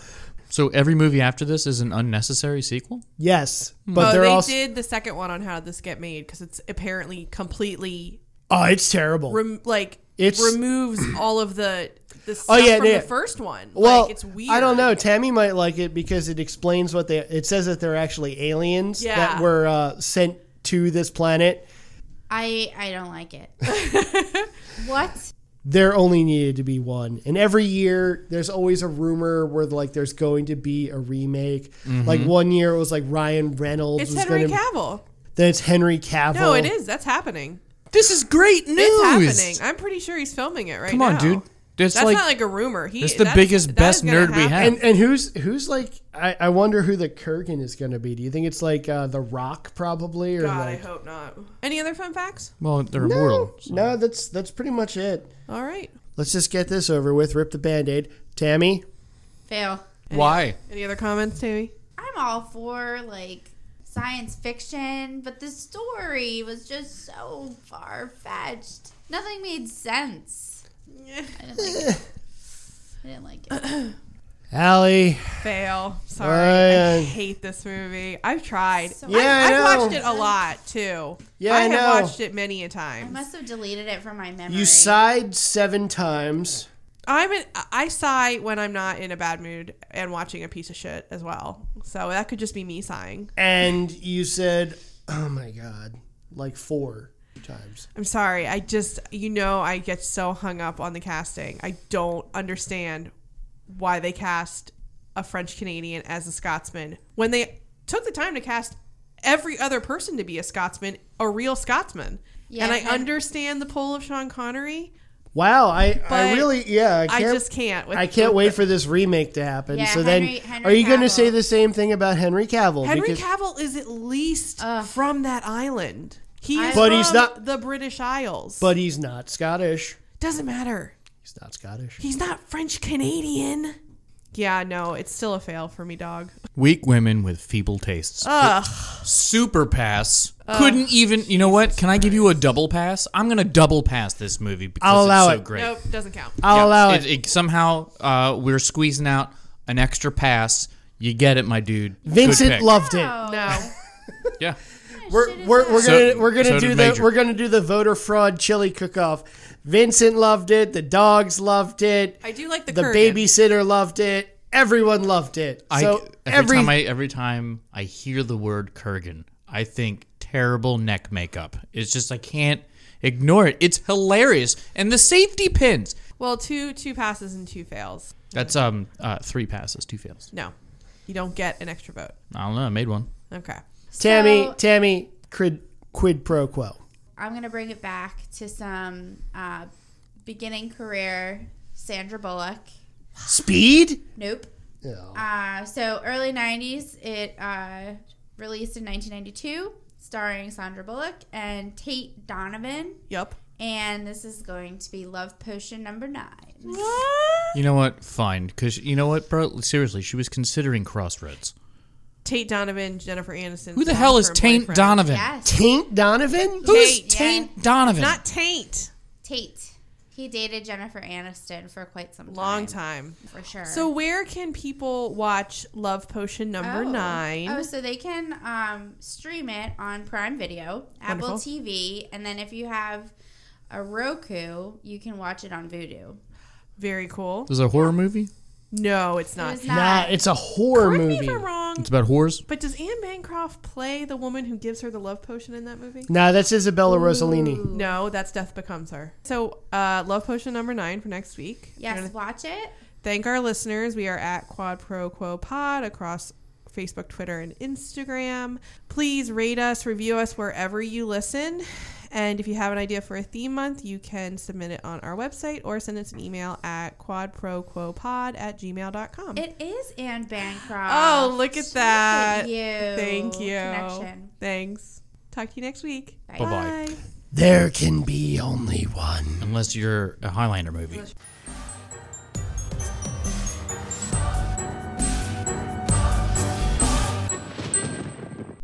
D: so every movie after this is an unnecessary sequel?
C: Yes, but
A: oh,
C: they're
A: they
C: also.
A: did the second one on how did this get made because it's apparently completely
C: oh, it's terrible.
A: rem- like it
C: It's- Oh,
A: removes all of the the stuff
C: yeah,
A: from
C: yeah.
A: the first one.
C: well,
A: like, it's weird.
C: I don't know. Tammy might like it because it explains what they. It says that they're actually aliens
A: Yeah.
C: that were uh, sent to this planet.
B: I I don't like it. what?
C: there only needed to be one. And every year, there's always a rumor where like there's going to be a remake. Like one year, it was like Ryan Reynolds
A: It's
C: was
A: Henry
C: going to.
A: Cavill.
C: Then it's Henry Cavill.
A: No, it is. That's happening.
D: This is great news.
A: It's happening. I'm pretty sure he's filming it right
D: Come
A: now.
D: on, dude. That's,
A: That's
D: like,
A: not like a rumor. He,
D: that's the
A: that's,
D: biggest,
A: that
D: best
A: is gonna
D: nerd we
A: happen.
D: have.
C: And and who's who's like I, I wonder who the Kurgan is going to be. Do you think it's like uh, the Rock probably or
A: God, I
C: like
A: hope not. Any other fun facts?
D: well, they're
C: no,
D: immortal.
C: no, that's that's pretty much it.
A: All right.
C: Let's just get this over with. Rip the band-aid. Tammy,
B: Fail.
D: Why?
A: Any other comments, Tammy?
B: I'm all for like science fiction, but the story was just so far fetched. Nothing made sense. I didn't like it. I didn't like it.
C: Allie.
A: Fail. Sorry. I
C: Ryan.
A: hate this movie. I've tried.
B: So
C: Yeah, I
A: I've, I've
C: know.
A: watched it a lot too.
C: Yeah,
A: I
C: I
A: have
C: know.
A: watched it many a
B: I
A: time.
B: must have deleted it from my memory.
C: You sighed seven times.
A: I'm an, I sigh when I'm not in a bad mood and watching a piece of shit as well. So that could just be me sighing.
C: and you said, "Oh my god," like four times.
A: I'm sorry. I just you know I get so hung up on the casting. I don't understand why they cast a French Canadian as a Scotsman when they took the time to cast every other person to be a Scotsman, a real Scotsman.
B: Yeah,
A: and I
B: and-
A: understand the pull of Sean Connery.
C: Wow, I, I
A: But
C: really yeah, I
A: I
C: can't I,
A: just can't. With
C: can't wait for this remake to happen.
B: Yeah,
C: so
B: Henry-
C: then,
B: Henry
C: are you going to
B: Cavill.
C: say the same thing about Henry Cavill?
A: Henry
C: Because-
A: Cavill is at least from that island. He
B: I-
A: is
B: But
A: from
C: he's not-
A: the British Isles.
C: but he's not Scottish.
A: doesn't matter.
C: He's not Scottish.
A: He's not French Canadian. Yeah, no, it's still a fail for me, dog.
D: Weak women with feeble tastes. Super pass. Couldn't even. You know what? Can I give you a double pass? I'm gonna double pass this movie because
C: I'll allow
D: it's so
C: it.
D: great.
A: Nope, doesn't count.
C: I'll allow it.
D: It- it- somehow uh, we're squeezing out an extra pass. You get it, my dude. Good
C: Vincent
D: pick.
C: loved it.
A: No.
D: Yeah.
C: We're we're, we're
D: So-
C: gonna we're gonna
D: so
C: do the
D: did Major.
C: we're gonna do the voter fraud chili cook off. Vincent loved it. The dogs loved it.
A: I do like the
C: the
A: Kurgan.
C: babysitter loved it. Everyone loved it.
D: I,
C: so
D: every,
C: every,
D: time I every time I hear the word Kurgan, I think terrible neck makeup. It's just I can't ignore it. It's hilarious, and the safety pins.
A: Well, two two passes and two fails.
D: That's um uh, three passes, two fails.
A: No. You don't get an extra vote.
D: I don't know. I made one.
A: Okay.
C: Tammy,
B: So-
C: Tammy, quid, quid pro quo.
B: I'm gonna bring it back to some uh, beginning career Sandra Bullock.
C: Speed?
B: Nope. Uh, so early '90s. It uh, released in 1992, starring Sandra Bullock and Tate Donovan.
A: Yup.
B: And this is going to be Love Potion number nine.
D: You know what? Fine, because you know what, bro. Seriously, she was considering Crossroads.
A: Tate Donovan, Jennifer Aniston.
D: Who the hell is
A: long-term
D: Taint
A: boyfriend.
D: Donovan?
B: Yes,
C: Taint Donovan?
D: Who is
A: Tate,
D: Taint Donovan?
A: Not Taint.
B: Tate. He dated Jennifer Aniston for quite some time.
A: Long time.
B: for sure.
A: So where can people watch Love Potion number
B: Oh.
A: nine?
B: Oh, so they can um, stream it on Prime Video, Apple
A: Wonderful.
B: TV, and then if you have a Roku, you can watch it on Vudu.
A: Very cool.
D: There's a horror movie.
A: No, it's not.
B: It's
C: Nah,
B: not.
C: it's a horror
A: Correct me
C: movie.
A: if I'm wrong.
D: It's about whores.
A: But does Anne Bancroft play the woman who gives her the love potion in that movie?
C: Nah, that's Isabella Rossellini.
A: No, that's Death Becomes Her. So, uh, love potion number nine for next week. We're
B: yes,
A: gonna
B: watch it.
A: Thank our listeners. We are at Quad Pro Quo Pod across Facebook, Twitter, and Instagram. Please rate us, review us wherever you listen, And if you have an idea for a theme month, you can submit it on our website or send us an email at quadproquopod at gmail.com.
B: It is Anne Bancroft.
A: oh, look at
B: Look
A: that.
B: at you.
A: Thank you.
B: Connection.
A: Thanks. Talk to you next week.
D: Bye bye.
A: Bye.
C: There can be only one.
D: Unless you're a Highlander movie.